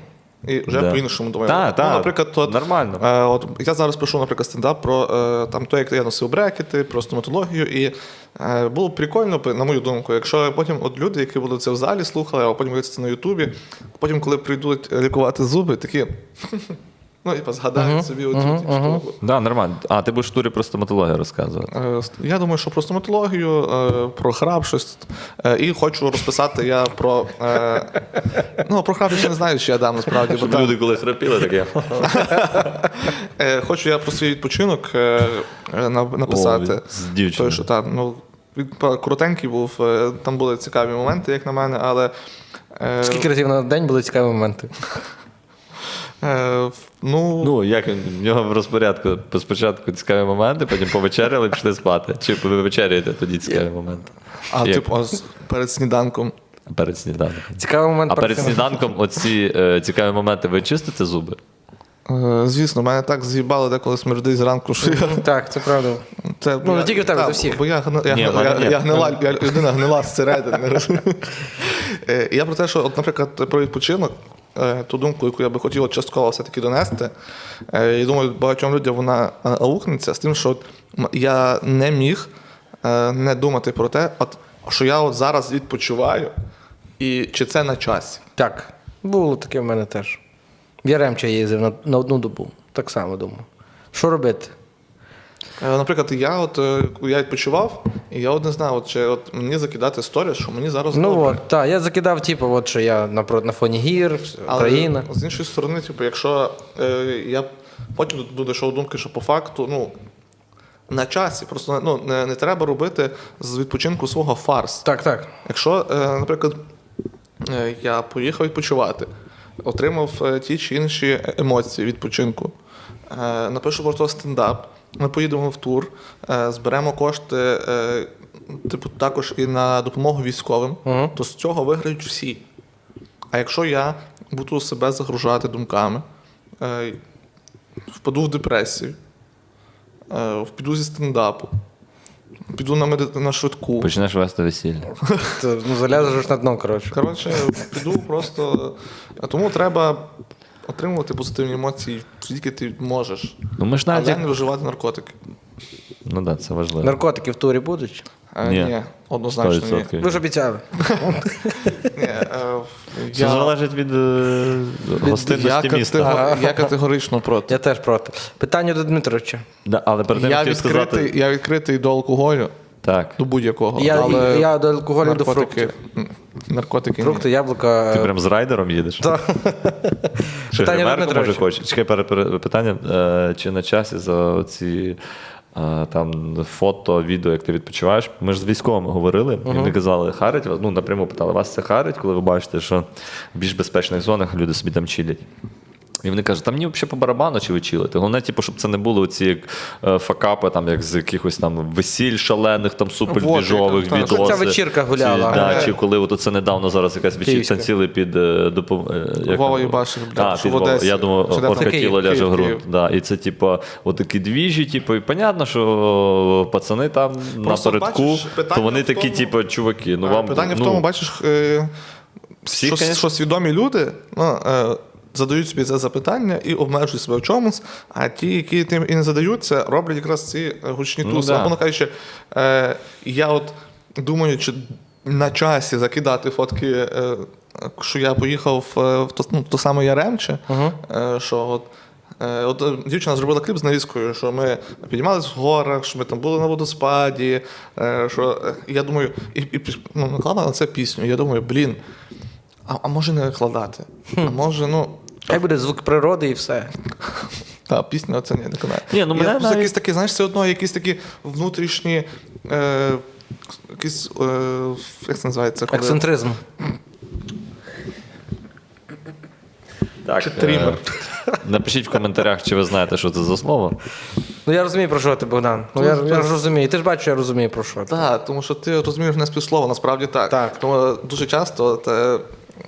І вже Да. по-іншому думає. Та, ну, та, наприклад, от, нормально. Е, от я зараз пишу, наприклад, стендап про е, там те, як я носив брекети, про стоматологію. І е, було б прикольно, пи- на мою думку, якщо потім от люди, які були це в залі, слухали, а потім дивляться це на Ютубі, потім, коли прийдуть лікувати зуби, такі. Ну, і згадають собі оцю ті штуку. Да, нормально. А, ти будеш в турі про стоматологію розказувати. Е, ст- Я думаю, що про стоматологію, е, про храп щось. Е, І хочу розписати я про. е, Ну, про храп я ще не знаю, що я дам насправді. Бо Щоб там, люди, коли храпіли, таке. е, хочу я про свій відпочинок е, е, на- написати. О, з Той, дівчиною. що там, ну, він па- коротенький був, е, там були цікаві моменти, як на мене, але. е, Скільки разів на день були цікаві моменти? е, Ну, Ну, як він- в нього в розпорядку спочатку цікаві моменти, потім повечеряли, пішли спати. Чи ви вечеряєте тоді цікаві моменти? а Як? типу, ось перед сніданком. Перед сніданком. Цікавий момент. А перед перед цим. сніданком оці е, цікаві моменти ви чистите зуби? Е, Звісно, мене так з'їбало деколи смерди зранку, що я Так, це правда. Це, Ну, я- не тільки в тебе, та, це всіх. Бо я, гна- я, Ні, гна- в мене я, ні. я гнила, я людина гнила зсередини. розумієш? Е, Я про те, що, от, наприклад, про відпочинок, е, ту думку, яку я би хотів от частково все-таки донести. е, І думаю, багатьом людям вона е, аукнеться з тим, що от м- я не міг е, не думати про те, от, що я от зараз відпочиваю, і чи це на часі. Так, було таке в мене теж. В Яремча їздив на, на одну добу. Так само думав. Що робити? Е, Наприклад, я от е, я відпочивав, і я от не знаю, от, чи от мені закидати сторіс, що мені зараз Ну добре. от, так, я закидав, типу, от що я напроти на фоні гір, Україна. З іншої сторони, типу, якщо е, я потім до- дійшов до думки, що по факту, ну. На часі, просто ну, не, не треба робити з відпочинку свого фарс. Так, так. Якщо, е, наприклад, е, я поїхав відпочивати, отримав е, ті чи інші емоції відпочинку, е, напишу про це стендап, ми поїдемо в тур, е, зберемо кошти, е, типу, також і на допомогу військовим, Мгм. то з цього виграють всі. А якщо я буду себе загружати думками, е, впаду в депресію, е, піду зі стендапу, піду на, меди... на швидку. Почнеш вести весілля. Ти, Ну, залязеш на дно, коротше. Коротше, піду просто. А Тому треба отримувати позитивні емоції, скільки ти можеш. Ну ми ж навіть. Але як- не вживати наркотики. Ну так, да, це важливо. Наркотики в турі будуть? Е, Ні. Ні, однозначно ні. 100%. Ви ж обіцяли. Ні, е, в- Це я- залежить від е, я, гостинності міста. катего- я категорично проти. Я теж проти. Питання до Дмитровича. Да, але перед тим Я хотів відкритий, сказати. я відкритий до алкоголю, Так. до будь-якого. Я- але я до алкоголю, до наркотики- Наркотики. Фрукти, Ні. яблука. Ти прям з райдером їдеш? Е, Так. Чи Питання Гримерко, Дмитра може ще. хоче? Чекай, пере- пере- питання, е, чи на часі за ці там фото, відео, як ти відпочиваєш. Ми ж з військовими говорили, і вони казали, харить вас. Ну, напряму питали, вас це харить, коли ви бачите, що в більш безпечних зонах люди собі там чилять. І вони кажуть, там мені взагалі по барабану чи ви чилите. Головне, типу, щоб це не було ці як е, факапи, там як з якихось там весіль шалених, там супербіжових так, так. відосів. Ця вечірка гуляла. Чи, да, Е. чи коли от це недавно зараз якась вечірка Київська. танцювали під е, допом... е, як Вова там? Єбашев, бля, А, що під в Вова. Одесі. Я думав, Чи де от там? тіло Київ, ляже в Київ, ґрунт. Київ. Да. І це, типу, отакі двіжі, типу, і понятно, що пацани там Просто напередку, бачиш, питання то вони в такі, тому- типу, чуваки, ну А, вам. Питання ну, в тому, бачиш, е, Всі, що, конечно. що свідомі люди ну, е, задають собі це запитання і обмежують себе в чомусь, а ті, які тим і не задаються, роблять якраз ці е, гучні Ну, туси. да. Або ну, кажучи, е, я от думаю, чи на часі закидати фотки, е, що я поїхав е, в то, ну, то саме Яремче, е, що от. Е, От е, дівчина зробила кліп з нарізкою, що ми піднімались в горах, що ми там були на водоспаді. е, Що е, я думаю, і, і піш- ну, наклала на це пісню. Я думаю, блін, а, а може не викладати? А може, ну. Хай буде звук природи і все. Та, пісня оце ні, не канає. Ні, ну, мене я, навіть... навіть- якісь такі, знаєш, все одно якісь такі внутрішні. Е, якісь. Е, як це називається? коли- Ексцентризм. Так, Чи трімер. е, Напишіть в коментарях, чи ви знаєте, що це за слово. Ну я розумію, про що ти, Богдан. Ну я, я ж розумію. Ти ж бачиш, я розумію, про що ти. Так, тому що ти розумієш не співслово, насправді так. Так. Тому дуже часто те,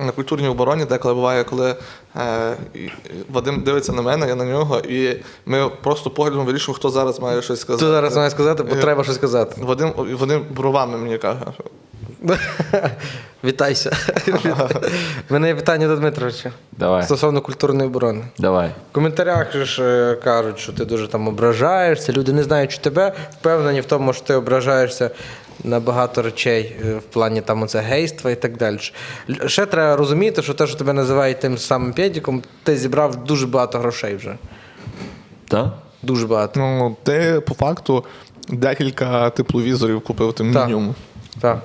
на культурній обороні деколи буває, коли е, і- і Вадим дивиться на мене, я на нього, і ми просто поглядом вирішуємо, хто зараз має щось сказати. Ти зараз має сказати, бо треба щось сказати. Вадим, Вадим бровами мені каже. Вітайся. У мене є питання до Дмитровича Давай. стосовно культурної оборони. Давай. В коментарях же ж е, кажуть, що ти дуже там ображаєшся, люди не знають, що тебе впевнені в тому, що ти ображаєшся на багато речей е, в плані там оце гейства і так далі. Л- Ще треба розуміти, що те, що тебе називають тим самим педіком, ти зібрав дуже багато грошей вже. Так? Дуже багато. Ну, ти по факту декілька тепловізорів купив тим Так. мінімум. Так.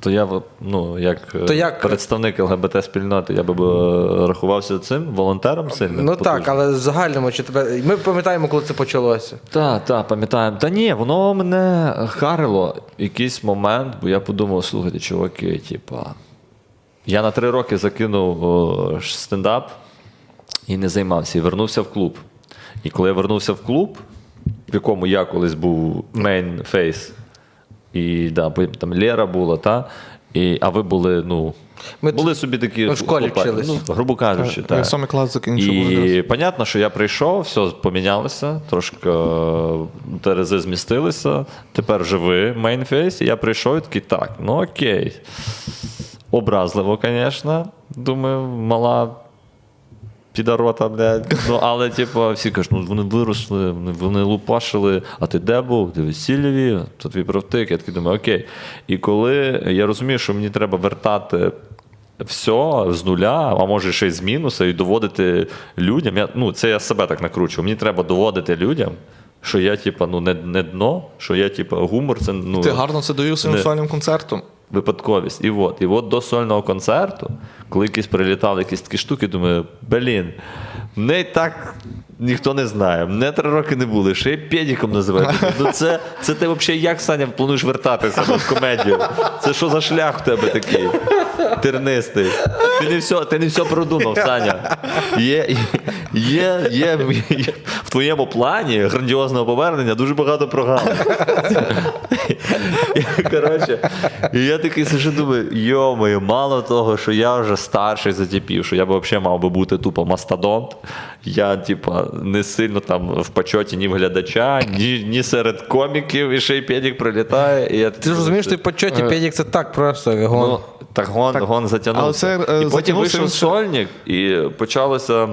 То я в- ну, як, е, То як- представник ЛГБТ спільноти, я би е, рахувався цим волонтером сильно. Ну так, але в загальному чи тебе. Ми пам'ятаємо, коли це почалося. Та, та, пам'ятаємо. Та ні, воно мене харило якийсь момент, бо я подумав, слухайте, чуваки, типа. Я на три роки закинув о, ж стендап і не займався, і вернувся в клуб. І коли я вернувся в клуб, в якому я колись був main face, і да, потім там Лера була, та, і, а ви були, ну. Ми були собі такі ми в школі хлопаки, вчились. Ну, грубо кажучи, Е, так. Сьомий клас закінчив. І Володимир. понятно, що я прийшов, все помінялося, трошки е, терези змістилися. Тепер вже ви мейнфейс. І я прийшов і такий так, ну окей. Образливо, звісно. Думаю, мала підорота, блядь. Ну, але, типу, всі кажуть, ну вони виросли, вони, вони лупашили, а ти де був? Ти в весіллєві, то твій правтик. Я такий думаю, окей. І коли я розумію, що мені треба вертати. Все з нуля, а може ще й з мінуса, і доводити людям. Я, ну, це я себе так накручую. Мені треба доводити людям, що я, типу, ну, не, не дно, що я, типу, гумор, це ну, Ти гарно це довів своїм Не. сольним концертом. випадковість. І от, і от до сольного концерту, коли якісь прилітали якісь такі штуки, думаю, блін, мене й так ніхто не знає. Мене три роки не були, ще й педіком називають. Ну це, це ти взагалі як Саня плануєш вертатися в комедію? Це що за шлях в тебе такий? Тернистий. Ти не все, ти не все продумав, Саня. Є, є, є, є в твоєму плані грандіозного повернення дуже багато програм. І, Коротше, і я такий сижу, думаю, йо-моє, мало того, що я вже старший затіпів, що я б взагалі мав би бути тупо мастодонт. Я, типа, не сильно там в почоті ні в глядача, ні, ні серед коміків, і ще й педік прилітає. І я, Ти ж розумієш, ти по чоті педік це так просто його. Е. Ну, так гон, гон затягнувся. але це, е, і потім затягнувся він вийшов ще- сольник, і почалося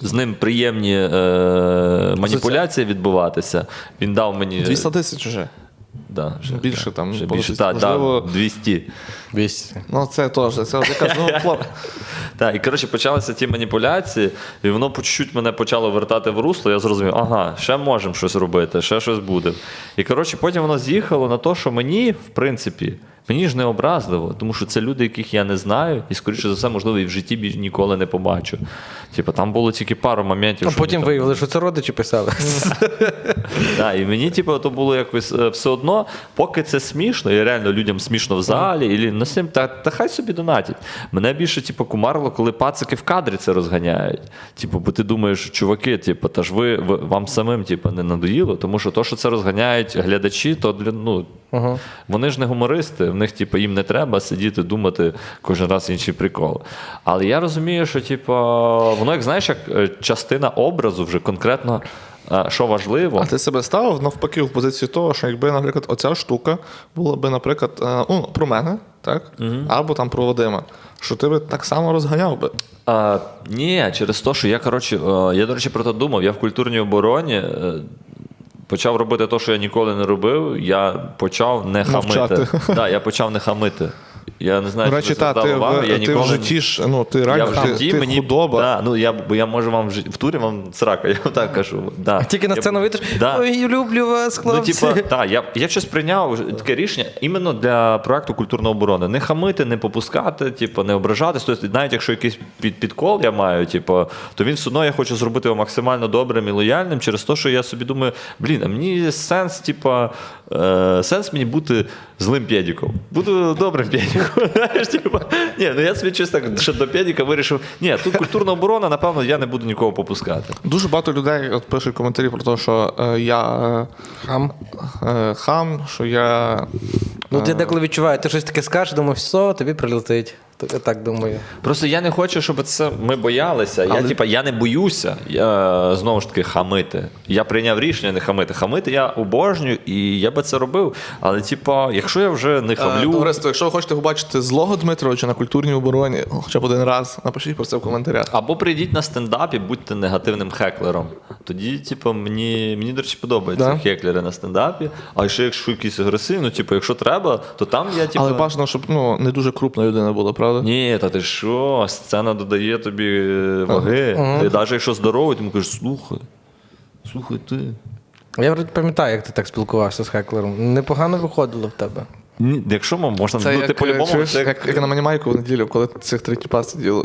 з ним приємні е, маніпуляції відбуватися. Він дав мені 200 тисяч вже. да, вже, ну, більше да, там, вже було більше, десь, та, можливо- та, 200. Ну, це теж. Це вже кажу, ну, хлоп. Так, і коротше почалися ті маніпуляції, і воно по чуть-чуть мене почало вертати в русло. Я зрозумів, ага, ще можемо щось робити, ще щось буде. І коротше, потім воно з'їхало на те, що мені, в принципі, мені ж не образливо, тому що це люди, яких я не знаю, і скоріше за все, можливо, і в житті більш ніколи не побачу. Типу, там було тільки пару моментів. А що Ну, потім мені там- виявили, що це родичі писали. Да, і мені, типу, то було якось е, все одно, поки це смішно, і реально людям смішно в залі, і на всім, та, та хай собі донатять. Мене більше, типу, кумарило, коли пацики в кадрі це розганяють. Типу, бо ти думаєш, чуваки, типу, та ж ви, ви- вам самим типу, не надоїло, тому що то, що це розганяють глядачі, то для ну. Вони ж не гумористи, в них типу, їм не треба сидіти, думати кожен раз інші приколи. Але я розумію, що типу, воно, як знаєш, як е, частина образу вже конкретно, е, що важливо. А ти себе ставив навпаки в позицію того, що якби, наприклад, оця штука була би, наприклад, е, ну, про мене, так? Або там про Вадима, що ти би так само розганяв би. А, ні, через те, що я, коротше, е, я, до речі, про це думав. Я в культурній обороні е, почав робити те, що я ніколи не робив. Я почав не хамити. Мовчати. Да, я почав не хамити. Я не знаю, До речі, чи ви та, звертали ти, увагу, в, я ти ніколи в не- житті ж, ну, ти я реально в ти, житті ти мені худоба. Да, ну я, бо я можу вам в, житті- в турі вам срака, я вам так кажу. Да. Тільки на Ну, Я- сцену вийдеш. Да. Ой, люблю вас, Ну, хлопці. типа, так, я, я щось прийняв таке рішення іменно для проекту культурної оборони. Не хамити, не попускати, типу, не ображатись. Тобто, навіть якщо якийсь під, підкол я маю, типу, то він все одно я хочу зробити його максимально добрим і лояльним через те, що я собі думаю, блін, а мені сенс, типа, е, сенс мені бути злим п'єдіком. Буду добрим п'єдіком. Знаєш, типа, ні, ну я собі чисто так, ще до п'єдіка вирішив, ні, тут культурна оборона, напевно, я не буду нікого попускати. Дуже багато людей от пишуть коментарі про те, що е, я е, Хам. е, хам, що я. Ну, ти деколи відчуваю, ти щось таке скажеш, думаєш, все, тобі прилетить. То- Я так думаю. Просто я не хочу, щоб це ми боялися. Я, Але- типа, я не боюся я, знову ж таки хамити. Я прийняв рішення не хамити. Хамити я обожнюю, і я би це робив. Але, типа, якщо я вже не Е, хамлю, Товариство, якщо ви хочете побачити злого Дмитровича на культурній обороні, о, хоча б один раз, напишіть про це в коментарях. або прийдіть на стендап і будьте негативним хеклером. Тоді, типу, мені, мені до речі, подобаються Да. хеклери на стендапі. А ще якщо якісь агресивні, ну, типу, якщо треба, то там я типу, Але бажано, щоб ну, не дуже крупна людина була, правда? Ні, та ти що, сцена додає тобі е, ваги. Ти навіть якщо здоровий, тому кажеш, слухай, слухай ти. Я вроде пам'ятаю, як ти так спілкувався з хеклером. Непогано виходило в тебе. Ні, Якщо мо- можна, ну, ти як, по-любому. Е, чуєш, це- як, як на Манімайку в неділю, коли цих три тіпа сиділи.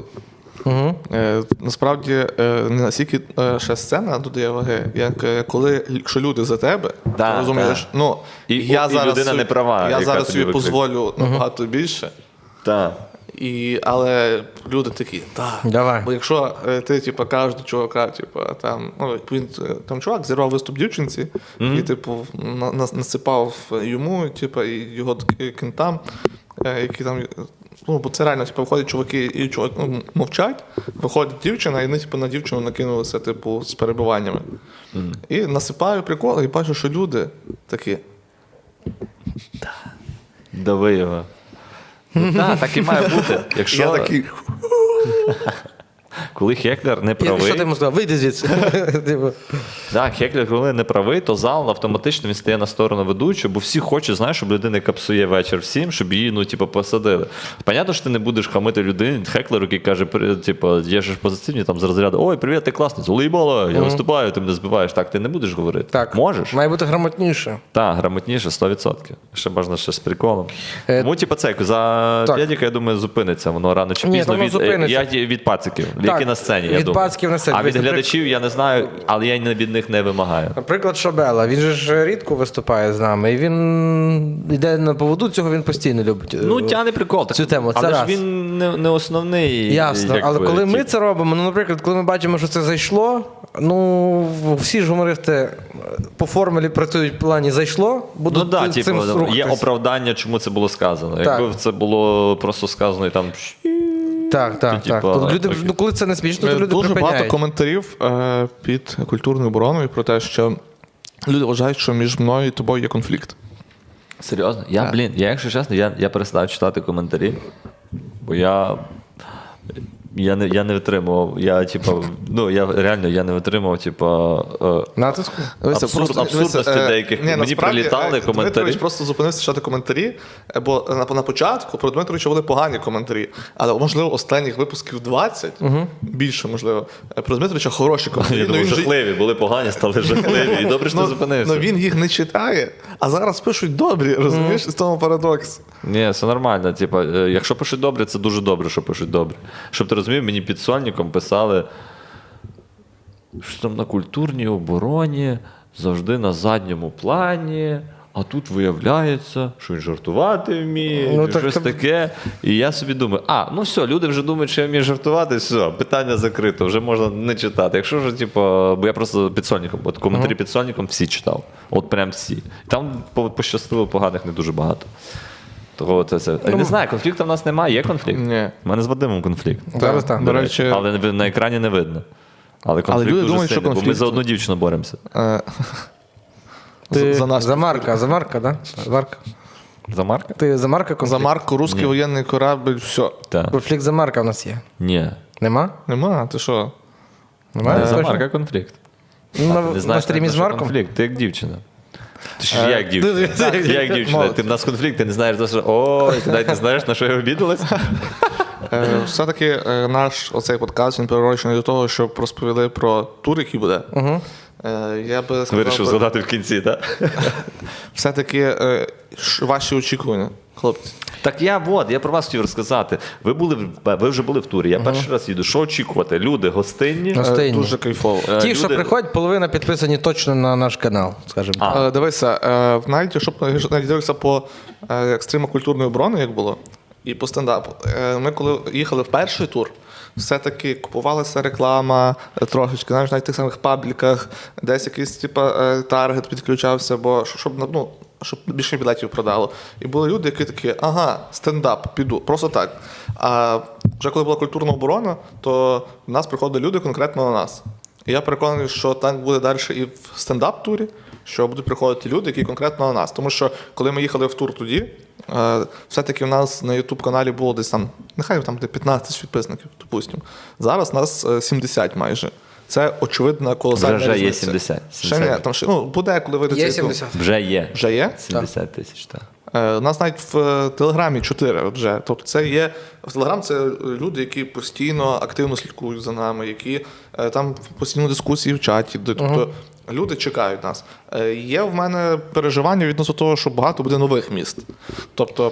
Угу. Е, насправді е, не настільки е, ще сцена додає ваги, як е, коли л- якщо люди за тебе, Да, ти розумієш, да. ну І- я і зараз людина собі- не права, я яка зараз тобі собі виклик- дозволю набагато більше. Та. І, але люди такі, так. Давай. Бо якщо е, ти типу, кажеш до чувака, типу, там, ну, він, е, там чувак зірвав виступ дівчинці і типу, на, нас- насипав йому, типу, і його к- кентам, е, які там. е, Ну, бо це реально, типу, виходять чуваки і чувак ну, м- мовчать, виходить дівчина, і вони типу, на дівчину накинулися, типу, з перебиваннями. І насипаю прикол, і бачу, що люди такі. Дави його. Ну, та, так і має бути. Якщо, Я такий. Коли хеклер не І правий, що ти йому сказав? Вийди звідси. Типу, Так, хеклер, коли не правий, то зал автоматично він стає на сторону ведучого, бо всі хочуть, знаєш, щоб людина яка псує вечір всім, щоб її ну, типу, посадили. Понятно, що ти не будеш хамити людину, хеклеру, який каже, при- типу, є ж позитивні там з розряду: Ой, привіт, ти класний, лейбола, я виступаю, ти мене збиваєш. Так, ти не будеш говорити. Так. Можеш? Має бути грамотніше. Так, грамотніше, 100%. Ще можна ще з приколом. Е, Тому, типу, це як за так. п'ятіка, я думаю, зупиниться воно рано чи Ні, пізно. воно від, е, зупиниться. Я, від пациків, Так, які на сцені. я від думаю. пациків на сцені. А від Дивись, наприк- глядачів я не знаю, але я й не від них них не вимагає. Наприклад, Шабела. Він же ж рідко виступає з нами, і він йде на поводу цього, він постійно любить. е, Ну, тяне прикол. так. Цю тему, це але ж раз. він не, не основний. Ясно, як але би, коли ми тип. це робимо, ну, наприклад, коли ми бачимо, що це зайшло, ну всі ж гумористи е, по формулі працюють в плані зайшло, Ну будуть да, цим типу, рухатись. є оправдання, чому це було сказано. Так. Якби це було просто сказано і там. Так, так, Ти, так. типа, Люди, типу, окей. ну, коли це не смішно, то Е, люди дуже багато припиняють. коментарів е, під культурною обороною про те, що люди вважають, що між мною і тобою є конфлікт. Серйозно? Я, блін, я, якщо чесно, я, я перестав читати коментарі, бо я. Я не, я не витримував. Я, типу, ну, я реально я не витримував, типу, е, Натиску? Дивися, Абсурд- абсурдності дивися, е, деяких. Мені прилітали е, коментарі. Дмитрович просто зупинився читати коментарі, е, бо на, на початку про Дмитровича були погані коментарі, але, можливо, останніх випусків 20, більше, можливо, е, про Дмитровича хороші коментарі. я Ну, думаю, він же- жахливі, були погані, стали жахливі. І добре, що ти ну, зупинився. він їх не читає, а зараз пишуть добрі, розумієш, з того парадокс. Ні, все нормально. Типа, е, якщо пишуть добре, це дуже добре, що пишуть добре. Щоб ти розумів, мені під сольником писали, що там на культурній обороні завжди на задньому плані. А тут виявляється, що він жартувати вміє, Ну, ну, так щось це- таке. І я собі думаю, а, ну все, люди вже думають, що я вмію жартувати, все, питання закрито, вже можна не читати. Якщо ж, типу, бо я просто під сольником, от коментарі під сольником всі читав. От прям всі. Там по- пощастило поганих не дуже багато. Того це, це. не знаю, конфлікту в нас немає. Є конфлікт? Ні. У мене з Вадимом конфлікт. Зараз так. До речі, Але ви- на екрані не видно. Але конфлікт люди дуже думають, що сильний, бо ми конфлікт- за одну дівчину боремося. е, Ти за- за нас за Марка, за Марка, да? Марка. За Марка? Ти за Марка за конфлікт? марку русський воєнний корабль, все. Так. Конфлікт за Марка в нас є. Ні. Нема? Нема, ти що? Не Немає? за Точно? Марка конфлікт. Ну, Ти на, знаєш, на стрімі що з Марком? Конфлікт, ти як дівчина. Ти ж як дівчина. ти- Ти як дівчина. Молодь. Ти в нас конфлікт, ти не знаєш за що. Ой, ти навіть не знаєш, на що я обідалась. Е, Все-таки е, наш оцей подкаст він перерочений до того, щоб розповіли про тур, який буде. Угу. Я би сказав, Вирішив би, згадати в кінці, так? все-таки е, ш- ваші очікування, хлопці. Так я от, я про вас хотів розказати. Ви були в- ви вже були в турі. Я перший раз їду. Що очікувати? Люди гостинні. Е, Гостинні. Дуже кайфово. Е, Ті, що люди- приходять, половина підписані точно на наш канал, скажімо так. А. Е, Дивися, е, навіть якщо б навіть дивився по е, екстриму культурної оборони, як було, і по стендапу. е, Ми коли їхали в перший тур, все-таки купувалася реклама е, трошечки, знаєш, навіть в тих самих пабліках, десь якийсь типа е, таргет підключався, бо щ- щоб ну. Щоб більше білетів продало. І були люди, які такі, ага, стендап, піду, просто так. А вже коли була культурна оборона, то в нас приходили люди конкретно на нас. І я переконаний, що так буде далі і в стендап-турі, що будуть приходити люди, які конкретно на нас. Тому що коли ми їхали в тур тоді, е, все-таки в нас на Ютуб-каналі було десь там, нехай там буде 15 підписників, допустимо. Зараз нас е, 70 майже. Це очевидна колосальна Вже- вже є різниця. 70, Ще ні, 70. там ще, ну, буде, коли вийде цей Є тур. 70. Вже є. Вже є? 70 тисяч, так. Е, У нас навіть в е, Телеграмі 4 вже. Тобто це є. В Телеграм це люди, які постійно активно слідкують за нами, які е, там постійно дискусії в чаті. де- Тобто люди чекають нас. Е, Є в мене переживання відносно того, що багато буде нових міст. Тобто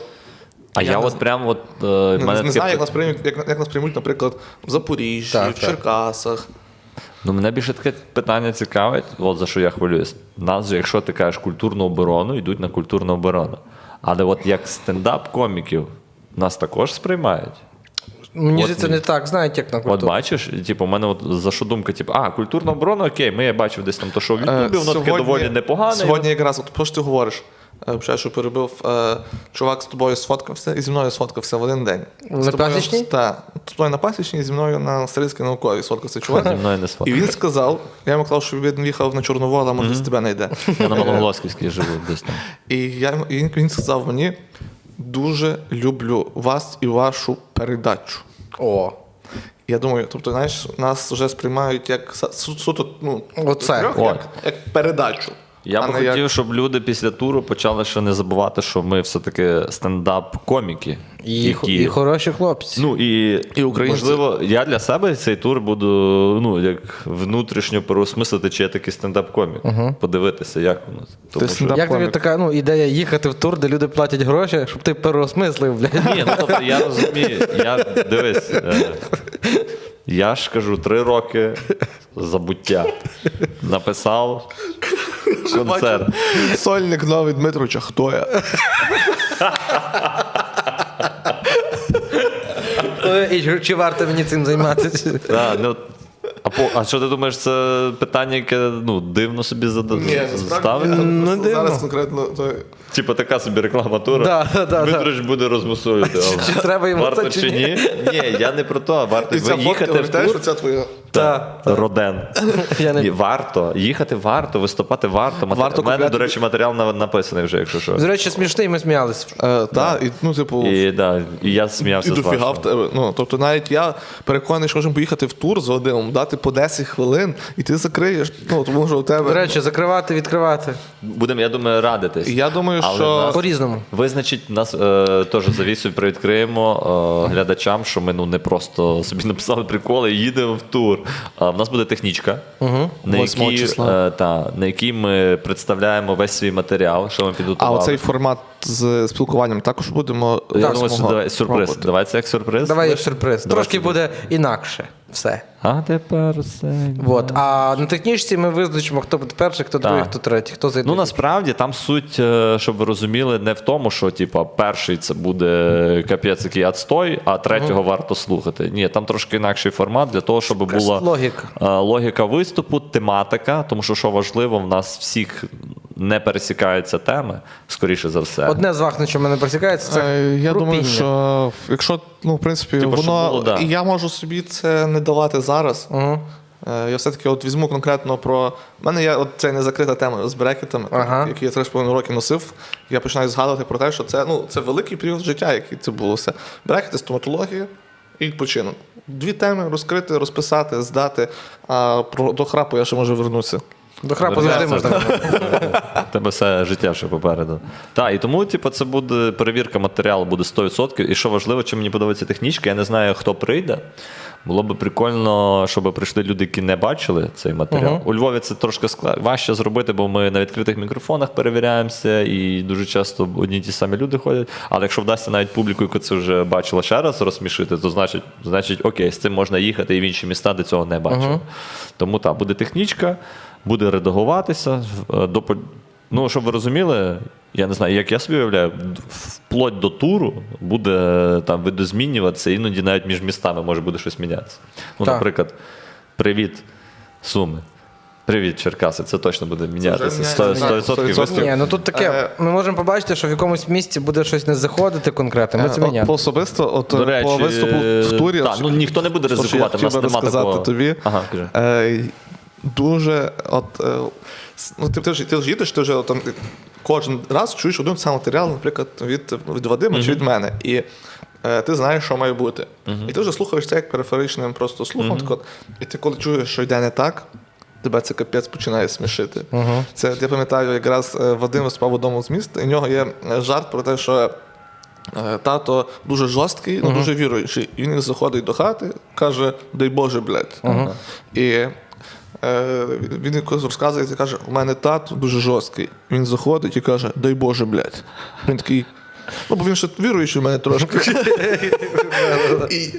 А Я я, не от з- прям от. е, в не, мене не таке знаю, як пит- нас приймуть, як, як нас приймуть, наприклад, в Запоріжжі, Так, в так. Черкасах. Ну, мене більше таке питання цікавить, от за що я хвилююсь. Нас же, якщо ти кажеш культурну оборону, йдуть на культурну оборону. Але от як стендап-коміків нас також сприймають. Мені От здається, мені. не так, знають, як на От культуру. бачиш, типу, у мене от за що думка, типу, а, культурна оборона, окей, ми я бачив десь там то, що в Е, Ютубі, воно таке доволі непогане. Сьогодні якраз, от про що ти говориш? Е, Вчора, що перебив, е, чувак з тобою сфоткався і зі мною сфоткався в один день. На З тобою- пасічній? Так. З тобою на пасічній, зі мною на Стрийській науковій сфоткався чувак. Зі мною не І сфоткався. він сказав, я йому казав, що він їхав на Чорнову, але може з тебе не йде. Я на Малоголосківській живу десь там. І я, йому- і він- він сказав мені, дуже люблю вас і вашу передачу. О. Я думаю, тобто, знаєш, нас вже сприймають як са- су- суто ну, Оце. трьох, О. як, як передачу. Я а б не як- хотів, щоб люди після туру почали ще не забувати, що ми все-таки стендап-коміки. І, і хороші хлопці. Ну і, І українці. можливо, я для себе цей тур буду ну як внутрішньо переосмислити, чи я такий стендап-комік. Подивитися, як воно. Тому що- стендап- як тобі комік. така ну, ідея їхати в тур, де люди платять гроші, щоб ти переосмислив, блядь. Ні, ну тобто я розумію, я дивись. е, Я ж кажу, три роки забуття. Написав концерт. Сольник новий Дмитровича, хто я? Е, Ігор, Чи варто мені цим займатися? Да, ну, а, по, а що ти думаєш, це питання, яке ну, дивно собі зада... ставить? ну, дивно. зараз конкретно той. Типа така собі реклама тура. Да, да, Дмитрич буде розмусолювати. чи- чи треба йому варто це, чи чи ні? Ні, я не про то, а варто Ти ця фотка їхати в вважаєш, тур. що це твоя. Та, Роден. Я не- Ні, варто. Їхати варто, виступати варто. Мат- Варто У мене, купляти- до речі, матеріал на- написаний вже, якщо що. До речі, смішний, ми сміялись. Е, та, і, ну, типу, і, І, да, і я сміявся з дофіга вашого. в тебе. Ну, тобто навіть я переконаний, що можемо поїхати в тур з Вадимом, дати по 10 хвилин, і ти закриєш. Ну, тому що у тебе. До речі, закривати, відкривати. Будемо, я думаю, радитись. я думаю, Але що. нас- По-різному. Визначить нас е, теж завісу привідкриємо е, глядачам, що ми ну не просто собі написали приколи і їдемо в тур. А в нас буде технічка, на, Восьмого якій, числа. е, та, на якій ми представляємо весь свій матеріал, що ми А підготували. оцей формат з спілкуванням також будемо. Я так, думаю, що мого давай сюрприз. робити. Давай це як сюрприз. Давай Ми- як сюрприз. Давай Трошки сюрприз. буде інакше все. А тепер все. От. А на технічці ми визначимо, хто буде перший, хто другий, хто третій, хто зайде. Ну насправді там суть, е, щоб ви розуміли, не в тому, що типа перший це буде капець який отстой, а третього варто слухати. Ні, там трошки інакший формат для того, щоб Якась була логіка. е, логіка виступу, тематика, тому що що важливо, в нас всіх не пересікаються теми, скоріше за все. Одне з вахне, що мене просікається, це Е, Я думаю, крупіння. що якщо ну, в принципі Типу, щоб воно було, да. і я можу собі це не давати зараз. Е, Я все-таки от візьму конкретно про. У мене є от ця незакрита тема з брекетами, Ага. які я 3,5 роки носив. Я починаю згадувати про те, що це, ну, це великий період життя, який це було все. Брекети, стоматологія і відпочинок. Дві теми розкрити, розписати, здати. А про до храпу я ще можу вернутися. До храпу Добре, завжди це- можна. У Тебе все життя ще попереду. Так, і тому, типу, це буде перевірка матеріалу буде 100%. І що важливо, чим мені подобається технічка, я не знаю, хто прийде. Було би прикольно, щоб прийшли люди, які не бачили цей матеріал. У Львові це трошки скла- важче зробити, бо ми на відкритих мікрофонах перевіряємося, і дуже часто одні й ті самі люди ходять. Але якщо вдасться навіть публіку, яка це вже бачила ще раз розсмішити, то значить, значить окей, з цим можна їхати і в інші міста, де цього не бачили. Тому так, буде технічка, буде редагуватися. е, До, по- ну, щоб ви розуміли, я не знаю, як я собі уявляю, д- вплоть до туру буде е, там видозмінюватися, іноді навіть між містами може буде щось мінятися. Ну, Так. наприклад, привіт, Суми. Привіт, Черкаси, це точно буде мінятися. міняється, 100%, так, 100% 100%. виступ. Ні, ну тут таке. Ми можемо побачити, що в якомусь місці буде щось не заходити конкретно. Ми це Е, от міняємо. по особисто, от До е, речі, по виступу в турі. та, ну, ніхто не буде От що ризикувати, в Я нас хотів би нема розказати такого. тобі. Ага, кажи. Е, дуже, от, е, с- ну, ти, ти, ж, ти ж їдеш, ти вже от, там, кожен раз чуєш один сам матеріал, наприклад, від, від Вадима чи від мене. І е, ти знаєш, що має бути. І ти вже слухаєш це як периферичним просто слухом. Так от, і ти коли чуєш, що йде не так. Тебе це капець починає смішити. Це я пам'ятаю, якраз е, Вадим виступав в одному з міст, і в нього є е, жарт про те, що Е, Тато дуже жорсткий, ну дуже віруючий. І він заходить до хати, каже: Дай Боже, блядь. І е, він якось розказує, і каже: У мене тато дуже жорсткий. Він заходить і каже: Дай Боже, блядь. Він такий. Ну, бо він ще віруючий в мене трошки. і, і,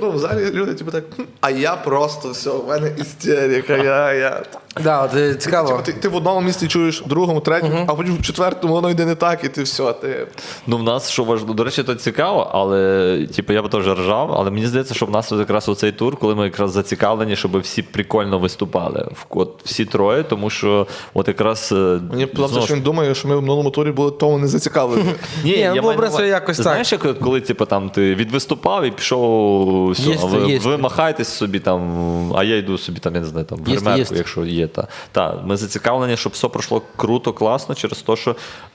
ну, в залі люди типу так, «Хм, а я просто все, в мене істерика, я, я. Да, от, е, Типу, цікаво. ти, ти в одному місці чуєш, в другому, третьому, а потім в четвертому воно йде не так, і ти все. Ти... Ну, в нас що важливо, до речі, то цікаво, але типу, я б теж ржав, але мені здається, що в нас от якраз оцей тур, коли ми якраз зацікавлені, щоб всі прикольно виступали. В- От всі троє, тому що от якраз. е, Мені подобається, знову ж- що він думає, що ми в минулому турі були тому не зацікавлені. Ні, Ні, я ну, маю образ на увазі- якось так. Знаєш, як коли типу, там, ти відвиступав і пішов, все, а Їсти, ви, їсти. ви махаєтесь собі там, а я йду собі там, я не знаю, там, в Їсти, гримерку, їсти. якщо є. Та. Та, ми зацікавлені, щоб все пройшло круто, класно, через те, що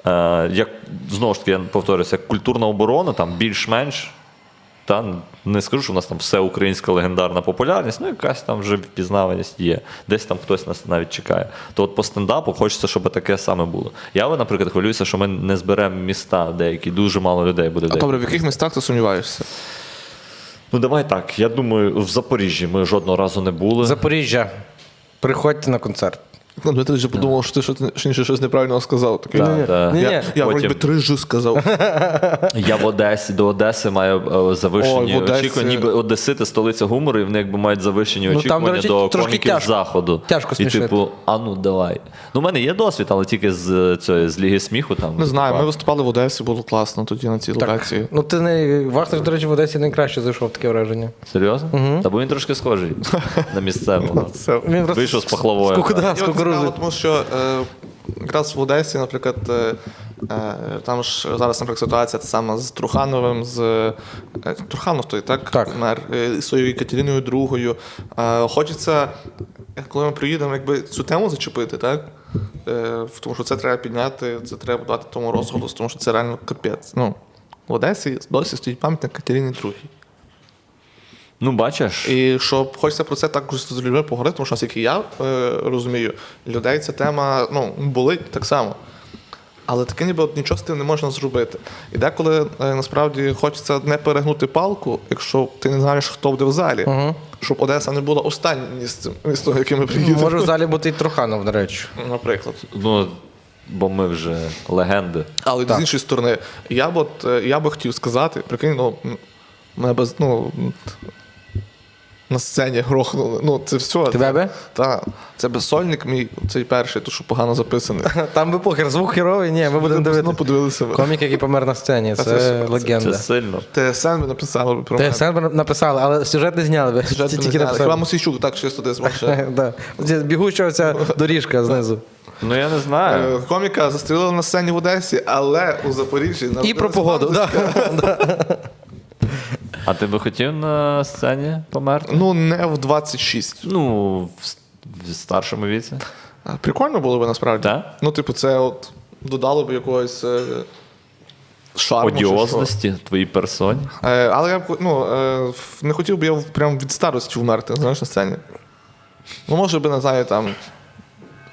е, як, знову ж таки, я повторюся, як культурна оборона, там більш-менш. Та не скажу, що в нас там все українська легендарна популярність, ну якась там вже впізнаваність є. Десь там хтось нас навіть чекає. То от по стендапу хочеться, щоб таке саме було. Я, от, наприклад, хвилююся, що ми не зберемо міста деякі, дуже мало людей буде. А деякі. добре, в яких містах ти сумніваєшся? Ну давай так. Я думаю, в Запоріжжі ми жодного разу не були. Запоріжжя. Приходьте на концерт. Ну, Дмитро вже подумав, що ти щось- що інше щось неправильно сказав. Такий, Да, «Ні-ні». да. Ні-ні. Я, я вроді Потім. би три ж сказав. Я в Одесі до Одеси маю е, завишені Ой, в Одесі- очікування, ніби Одесити столиця гумору, і вони якби мають завишені Ну, там, очікування до речі, до трошки коміків тяжко- заходу. тяжко і смішити. типу, а ну давай. Ну, в мене є досвід, але тільки з е, цієї з ліги сміху там. Не знаю, ми типа, виступали в Одесі, було класно тоді на цій локації. Ну ти не Вахтер, до речі, в Одесі найкраще зайшов таке враження. Серйозно? Та бо він трошки схожий на місцевого. Він просто Вийшов з пахлавою. з кукуда- так. з Я от кукурудзи. цікаво, тому що е, якраз в Одесі, наприклад, е, е, там ж зараз, наприклад, ситуація та сама з Трухановим, з е, Труханов той, так? Так. Мер, е, з своєю Катериною Другою. Е, хочеться, е, коли ми приїдемо, якби цю тему зачепити, так? Е, в- тому що це треба підняти, це треба дати тому розголос, тому що це реально капець. Ну, в Одесі досі стоїть пам'ятник Катерині Другій. Ну, бачиш. І що хочеться про це також з людьми поговорити, тому що наскільки я е, розумію, людей ця тема ну, болить так само. Але таке ніби от нічого з тим не можна зробити. І деколи е, насправді хочеться не перегнути палку, якщо ти не знаєш, хто буде в залі, щоб Одеса не була останнім місцем, містом, яке ми приїдемо. Може в залі бути і Труханов, до речі. Наприклад. Ну, бо ми вже легенди. Але з іншої сторони, я б от е, я би хотів сказати, прикинь, ну м, мене без ну м, на сцені грохнули. Ну це все. Тебе би? Так. Це безсольник мій, цей перший, то що погано записаний. Там би похер, звук херовий, ні, ми будемо Ну, дивитися. подивилися ви. Комік, який помер на сцені, це ж- це це- Це легенда. сильно. ТСН ви написали би про Ти мене. все б написали, але сюжет не зняли би. Сюжет Ті- ви не тільки знали. написали. Хіба Мусійчук так чисто десь може. Да. Оця Бігуча ця доріжка знизу. Ну я не знаю. Е, Коміка застрілили на сцені в Одесі, але у Запоріжжі на І про погоду. Да. А ти би хотів на сцені померти? Ну, не в 26. Ну, в, с- в старшому віці. А, Прикольно було би насправді. Так? Ну, типу, це от додало б якогось е, шарму. чи що. Одіозності твоїй персоні. Е, але я б ну, е, ф- не хотів би я в- прям від старості вмерти, знаєш, на сцені. Ну, може би, не знаю, там.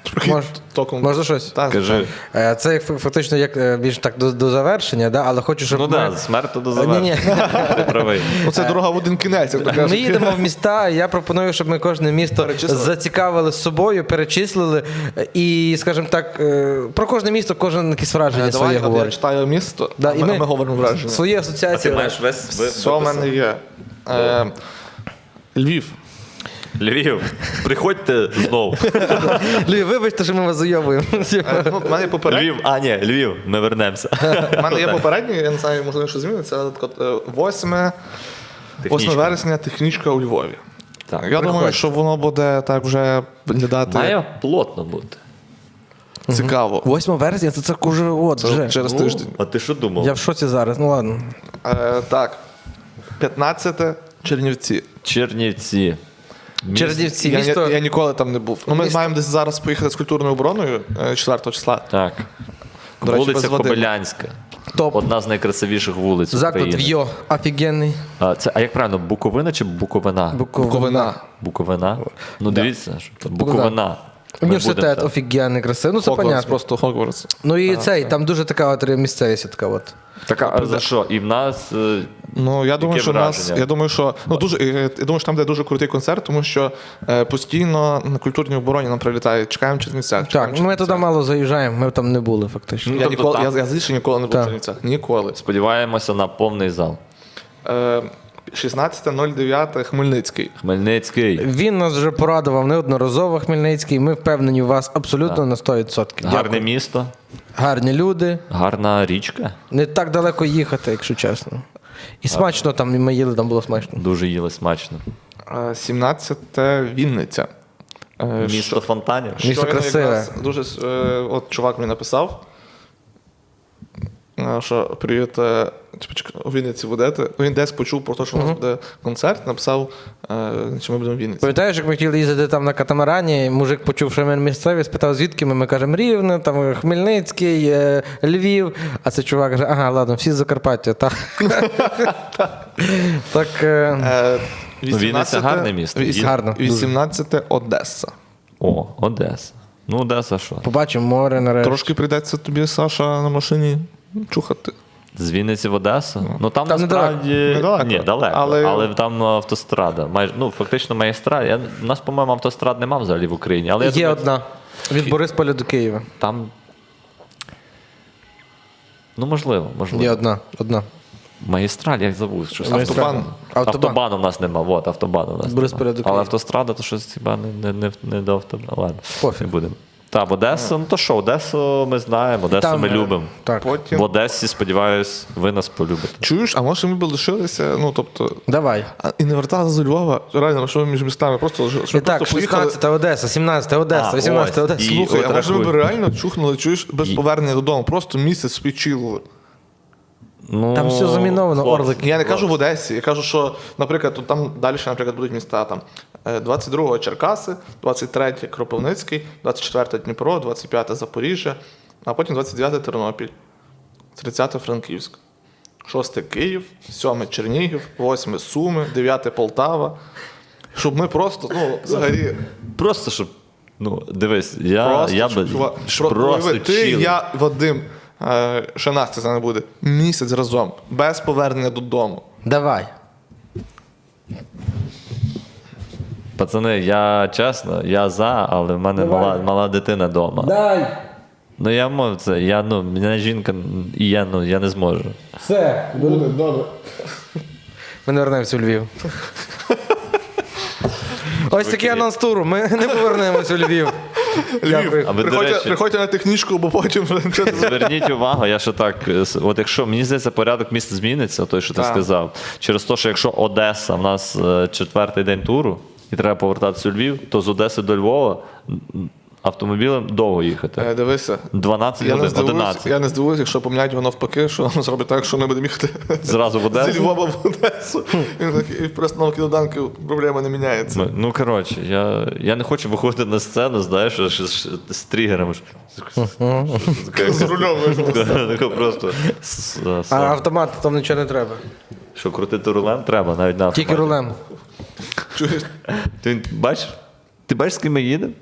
Трохи Мож- током. Можна щось? Так, Кажи. Е, Це як ф- фактично як е, більш так до, до завершення, да? але хочу, щоб. Ну ми- Е, так, да, смерть до Ні, ні. завершення. Ти правий. Ну, це дорога в один кінець, як то кажуть. Е, Ми їдемо в міста, і я пропоную, щоб ми кожне місто Перечислили. зацікавили собою, перечислили е, і, скажімо так, е, про кожне місто кожен якісь Е, враження Давай, своє от я говорить. читаю місто, Да, а, і ми, а ми говоримо враження. Свої А ти асоціації. маєш весь ви- Що в мене є? Е, Львів. Львів. Приходьте знову. Лі, вибачте, що ми вас зайобуємо. Е, ну, в мене є попередні. Львів. А, ні, Львів, ми вернемося. У мене є попередні, я не знаю, можливо, що зміниться, але так от, е, 8, 8 Технічка. вересня технічка у Львові. Так, я думаю, що воно буде так вже виглядати Має плотно бути. цікаво. 8 вересня, це це уже от вже. Через Ну, тиждень. А ти що думав? Я в шоці зараз, ну ладно. Е, так. 15 Чернівці. Чернівці. Чернівці, Я, місто. я, я ніколи там не був. Ну, ми Місто- маємо десь зараз поїхати з культурною обороною е, 4 числа. Так. До речі, без Вулиця Вадима. Кобилянська. Топ. Одна з найкрасивіших вулиць. Заклад України. В'йо. Офігенний. А, це, а як правильно, Буковина чи Буковина? Буковина. Буковина. Ну дивіться, що це Буковина. Ми будемо Університет там. офігенний, красивий. Ну це Хогвартс, понятно. просто Хогвартс. Ну і цей, там дуже така от місцевість, така от. Така, а за що? І в нас. е, е, Ну я думаю, Яке що в нас враження? я думаю, що ну дуже е, я думаю, що там буде дуже крутий концерт, тому що е, постійно на культурній обороні нам прилітає. Чекаємо Чернівця. чекаємо Так, ну, ми Чернівця». туди мало заїжджаємо, ми там не були фактично. Ну, Я тобто ніколи там. я, я звідси ніколи не був в Так. Чернівцях. Ніколи. Сподіваємося на повний зал. Е, 16.09 Хмельницький. Хмельницький. Він нас вже порадував неодноразово Хмельницький. Ми впевнені в вас абсолютно на 100%. Гарне Дякую. місто, Гарні люди. гарна річка. Не так далеко їхати, якщо чесно. І смачно там і ми їли, там було смачно. Дуже їли смачно. Е, 17 Вінниця. Е, Місто фонтанів. Місто Щойно красиве. якраз Дуже с- е, от чувак мені написав. е, Що привіт, е, типу, чек- у Вінниці будете. Він десь почув про те, що у нас буде концерт, написав, е, що ми будемо в Вінниці. Пам'ятаєш, як ми хотіли їздити там на катамарані, і мужик почув, що ми місцеві, спитав, звідки ми. Ми кажемо, Рівне, там е, Хмельницький, е, Львів. А це чувак каже, ага, ладно, всі з Закарпаття. Так. так е, Е, Ну, Вінниця гарне місто. вісім- Гарно, дуже. 18 Одеса. О, Одеса. Ну, Одеса що? побачимо море нарешті. Трошки прийдеться тобі, Саша, на машині чухати. З Вінниці в Одесу? Ну там, Там насправді недалеко. Ні, далеко. Але... Але- там ну, автострада. Майже ну фактично магістраль. Я... У нас, по-моєму, автострад нема взагалі в Україні. Але я Є думаю, одна. Від Борисполя до Києва. Там. Ну, можливо, можливо. Є одна, одна. Магістраль, я забув, Ну, що Автобан. Автобан. Автобан. у нас нема, от автобан у нас. Борисполя Нема. до Києва. Але автострада, то щось хіба не, не, не, не до автобану. Ладно, Пофіг. не будемо. Та, в Одесу, ну то що, Одесу ми знаємо, Одесу ми е, любимо. Так. Потім. В Одесі, сподіваюсь, ви нас полюбите. Чуєш, а може ми б лишилися, ну тобто. Давай. А, і не верталися до Львова, реально, що ми між містами просто щоб І так, просто поїхали. 16 Одеса, 17 А, Одеса, 18 ось. Одеса. І- Слухай, а може ви б Отрахуй. реально чухнули, чуєш, без І- повернення додому, просто місяць собі чилили. Ну, Там все заміновано, хлопці, орлики. Я не кажу в Одесі, я кажу, що, наприклад, тут там далі, ще, наприклад, будуть міста там е, 22-го Черкаси, 23-й Кропивницький, 24-те Дніпро, 25-те Запоріжжя, а потім 29-те Тернопіль, 30-те Франківськ, 6-те Київ, 7-те Чернігів, 8-те Суми, 9-те Полтава. Щоб ми просто, ну, взагалі, Просто щоб. Ну, дивись, я, просто, я щоб, би чува- щоб про- просто уяви, ти, чил. я, Вадим, е, ще Настя з нами буде, місяць разом, без повернення додому. Давай. Пацани, я чесно, я за, але в мене мала, мала дитина вдома. Дай! Ну я можу це, я ну, мене жінка, і я ну я не зможу. Все, буде добре. Ми не вернемося у Львів. Ось такий анонс туру. Ми не повернемось у Львів. Дякую. А ви, до приходьте, речі- приходьте на технічку, бо потім вже нічого не Зверніть увагу, я ще так. е, с- От якщо мені здається, порядок міст зміниться, той, що ти Так. сказав. Через те, що якщо Одеса в нас е, четвертий день туру і треба повертатися у Львів, то з Одеси до Львова м, автомобілем довго їхати. Е, Дивися. 12 Я не, годин, здивуюсь, 11. я не здивуюсь, якщо поміняють воно навпаки, що нам зробить так, що ми будемо їхати Зразу в зі Одесу. Львова в Одесу. І він такий, І просто на кіноданки проблема не міняється. Ми- Ну коротше, я, я не хочу виходити на сцену, знаєш, що ж- ж- з тригерами. що- З рулем вийшло. Тако Просто с- с- А автомат там нічого не треба. що крутити рулем треба, навіть на Тільки автоматі. рулем. Чуєш? Ти бачиш? Ти бачиш, з ким ми їдемо?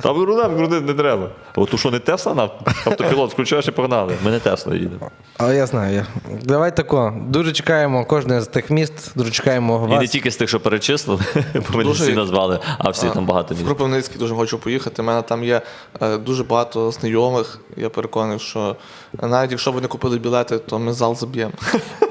Там і рулем крутити не треба. А От у що не Тесла на автопілот включаєш і погнали. Ми не Тесла їдемо. Але я знаю. Я. Давай тако. Дуже чекаємо кожне з тих міст, дуже чекаємо І не вас. тільки з тих, що перечислили, бо ми не всі назвали, а всі там багато В міст. Кропивницький дуже хочу поїхати. У мене там є е, дуже багато знайомих. Я переконаний, що навіть якщо вони купили білети, то ми зал заб'ємо.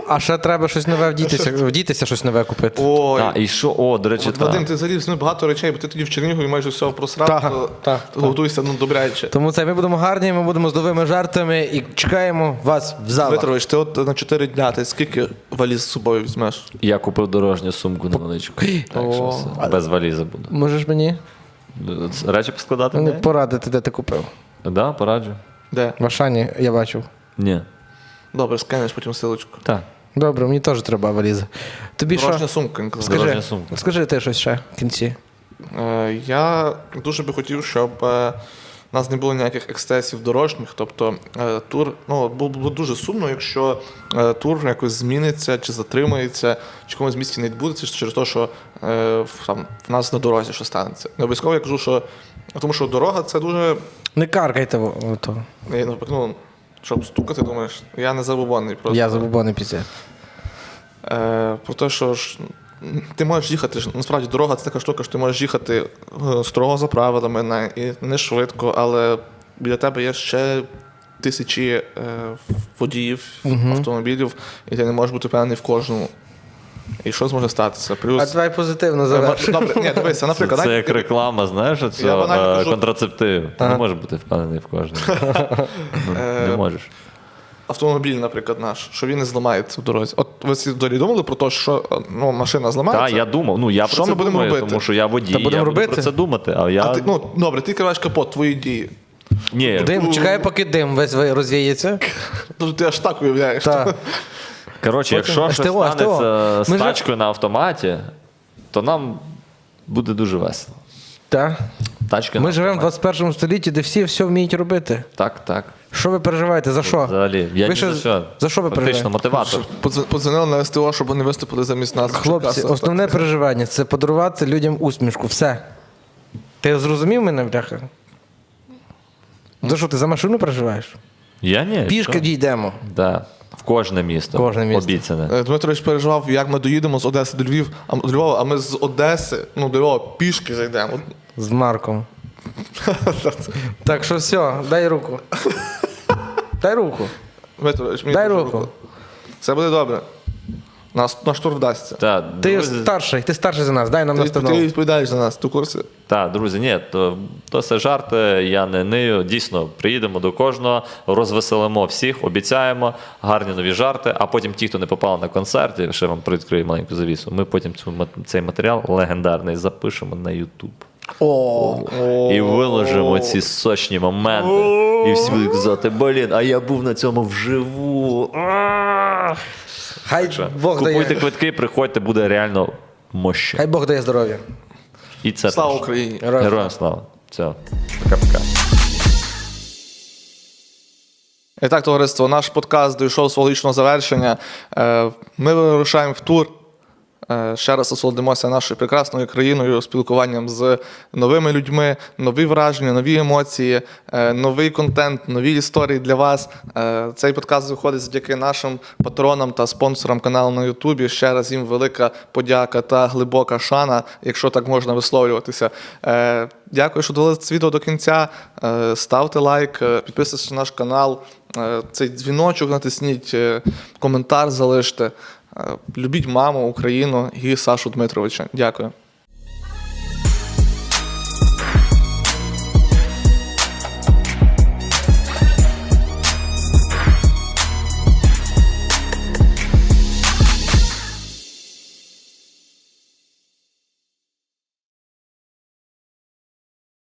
А ще треба щось нове вдітися, вдітися щось нове купити. Ой, Та, і що, о, до речі, От, Вадим, та. ти взагалі візьми багато речей, бо ти тоді в Чернігові майже все просрав, Так, то так, то готуйся ну, добряче. Тому це ми будемо гарні, ми будемо з новими жартами і чекаємо вас в залах. Дмитрович, ти от на 4 дня, ти скільки валіз з собою візьмеш? Я купив дорожню сумку невеличку. Так що все. Без валізи буду. Можеш мені Речі Ну, поскладати? Мені Не? порадити, де ти купив? Да, пораджу. Де? В Ашані я бачив. Ні. Добре, скинеш потім силочку. Так. Добре, мені теж треба валізи. Тобі Дорожня що? сумка. він казав. Скажи, Дорожня сумка. скажи ти щось ще в кінці. Е, Я дуже би хотів, щоб е, у нас не було ніяких ексцесів дорожніх. Тобто е, тур, ну бу- було б дуже сумно, якщо е, тур якось зміниться чи затримається, чи в комусь місці не відбудеться через те, що е, в- там в нас на дорозі що станеться. Не обов'язково я кажу, що тому що дорога це дуже Не каркайте во- ото. е, ну, ну, щоб стукати, думаєш, я не забобонний просто. Я забубони після. Е, про те, що ж, м, ти можеш їхати, ж, насправді дорога це така штука, що ти можеш їхати е, строго за правилами не, і не швидко, але біля тебе є ще тисячі е, водіїв, автомобілів, і ти не можеш бути впевнений в кожному. І що зможе статися? А Плюс. давай позитивно Е, завершимо. Добре, ні, дивися, Це, наприклад, це навіть- як реклама, знаєш, цього банально е, кажу- контрацептиву. Ти не можеш бути впевнений в кожному. Е, Ну, Не можеш. автомобіль, наприклад, наш, що він не зламається в дорозі. От ви всі взагалі думали про те, що е, ну, машина Так, зламається? я думав. Ну я про Що це ми будемо думаю, робити? тому що я водій. Та будемо я буду робити? про це думати. А я А ти, ну, добре, ти криваєш капот, твої дії. ні, Дим, чекай, поки дим весь ви- розвіється. Тобто ти аж так уявляєш. Та. коротше, якщо щось СТО, СТО. станеться з Ми ж- тачкою на автоматі, то нам буде дуже весело. Та. Тачка Ми на живемо в автоматі. 21 столітті, де всі все вміють робити. Так, так. Що ви переживаєте? За що? Взагалі, я Ви ні що- за що. за що ви Фактично, переживаєте? мотиватор. Подз- Подзвонили на СТО, щоб вони виступили замість нас. Хлопці, Черкаса. основне переживання це подарувати людям усмішку. Все. Ти зрозумів мене, бляха? За що ти за машину переживаєш? Я ні. Пішки що? дійдемо. Да. В кожне місто. Кожне місто. Обіцяне. Е, Дмитрович переживав, як ми доїдемо з Одеси до Львів, а м- до Львова, а ми з Одеси, ну до Львова пішки зайдемо. З Марком. Так що все, дай руку. Дай руку. Дмитрович, мені Дай дуже руку. Це буде добре. Нас наш тур вдасться. Та, Ти друзі, старший, ти старший за нас, дай нам Ти, ти настанову. відповідаєш за нас, ти курси. та, друзі, ні, то, то все жарти, я не нию. Дійсно, приїдемо до кожного, розвеселимо всіх, обіцяємо гарні нові жарти. А потім ті, хто не попав на концерт, я ще вам відкрию маленьку завісу. Ми потім цю, мат- цей матеріал легендарний запишемо на YouTube. О, І виложимо ці сочні моменти. І всі будуть казати, блін, а я був на цьому вживу. А! хай Бог Купуйте дає. квитки, приходьте, буде реально мощно. Хай Бог дає здоров'я. І це Слава теж. Україні! Героям Героям слава. Все. Пока-пока. І так, товариство, наш подкаст дійшов свого логічного завершення. Е, Ми вирушаємо в тур. Е, Ще раз насолодимося нашою прекрасною країною, спілкуванням з новими людьми, нові враження, нові емоції, е, новий контент, нові історії для вас. Е, Цей подкаст виходить завдяки нашим патронам та спонсорам каналу на Ютубі. Ще раз їм велика подяка та глибока шана, якщо так можна висловлюватися. Е, Дякую, що дали це відео до кінця. Е, Ставте лайк, е, підписуйтесь на наш канал, е, цей дзвіночок натисніть, е, коментар залиште. Е, Любіть маму, Україну і Сашу Дмитровича. Дякую.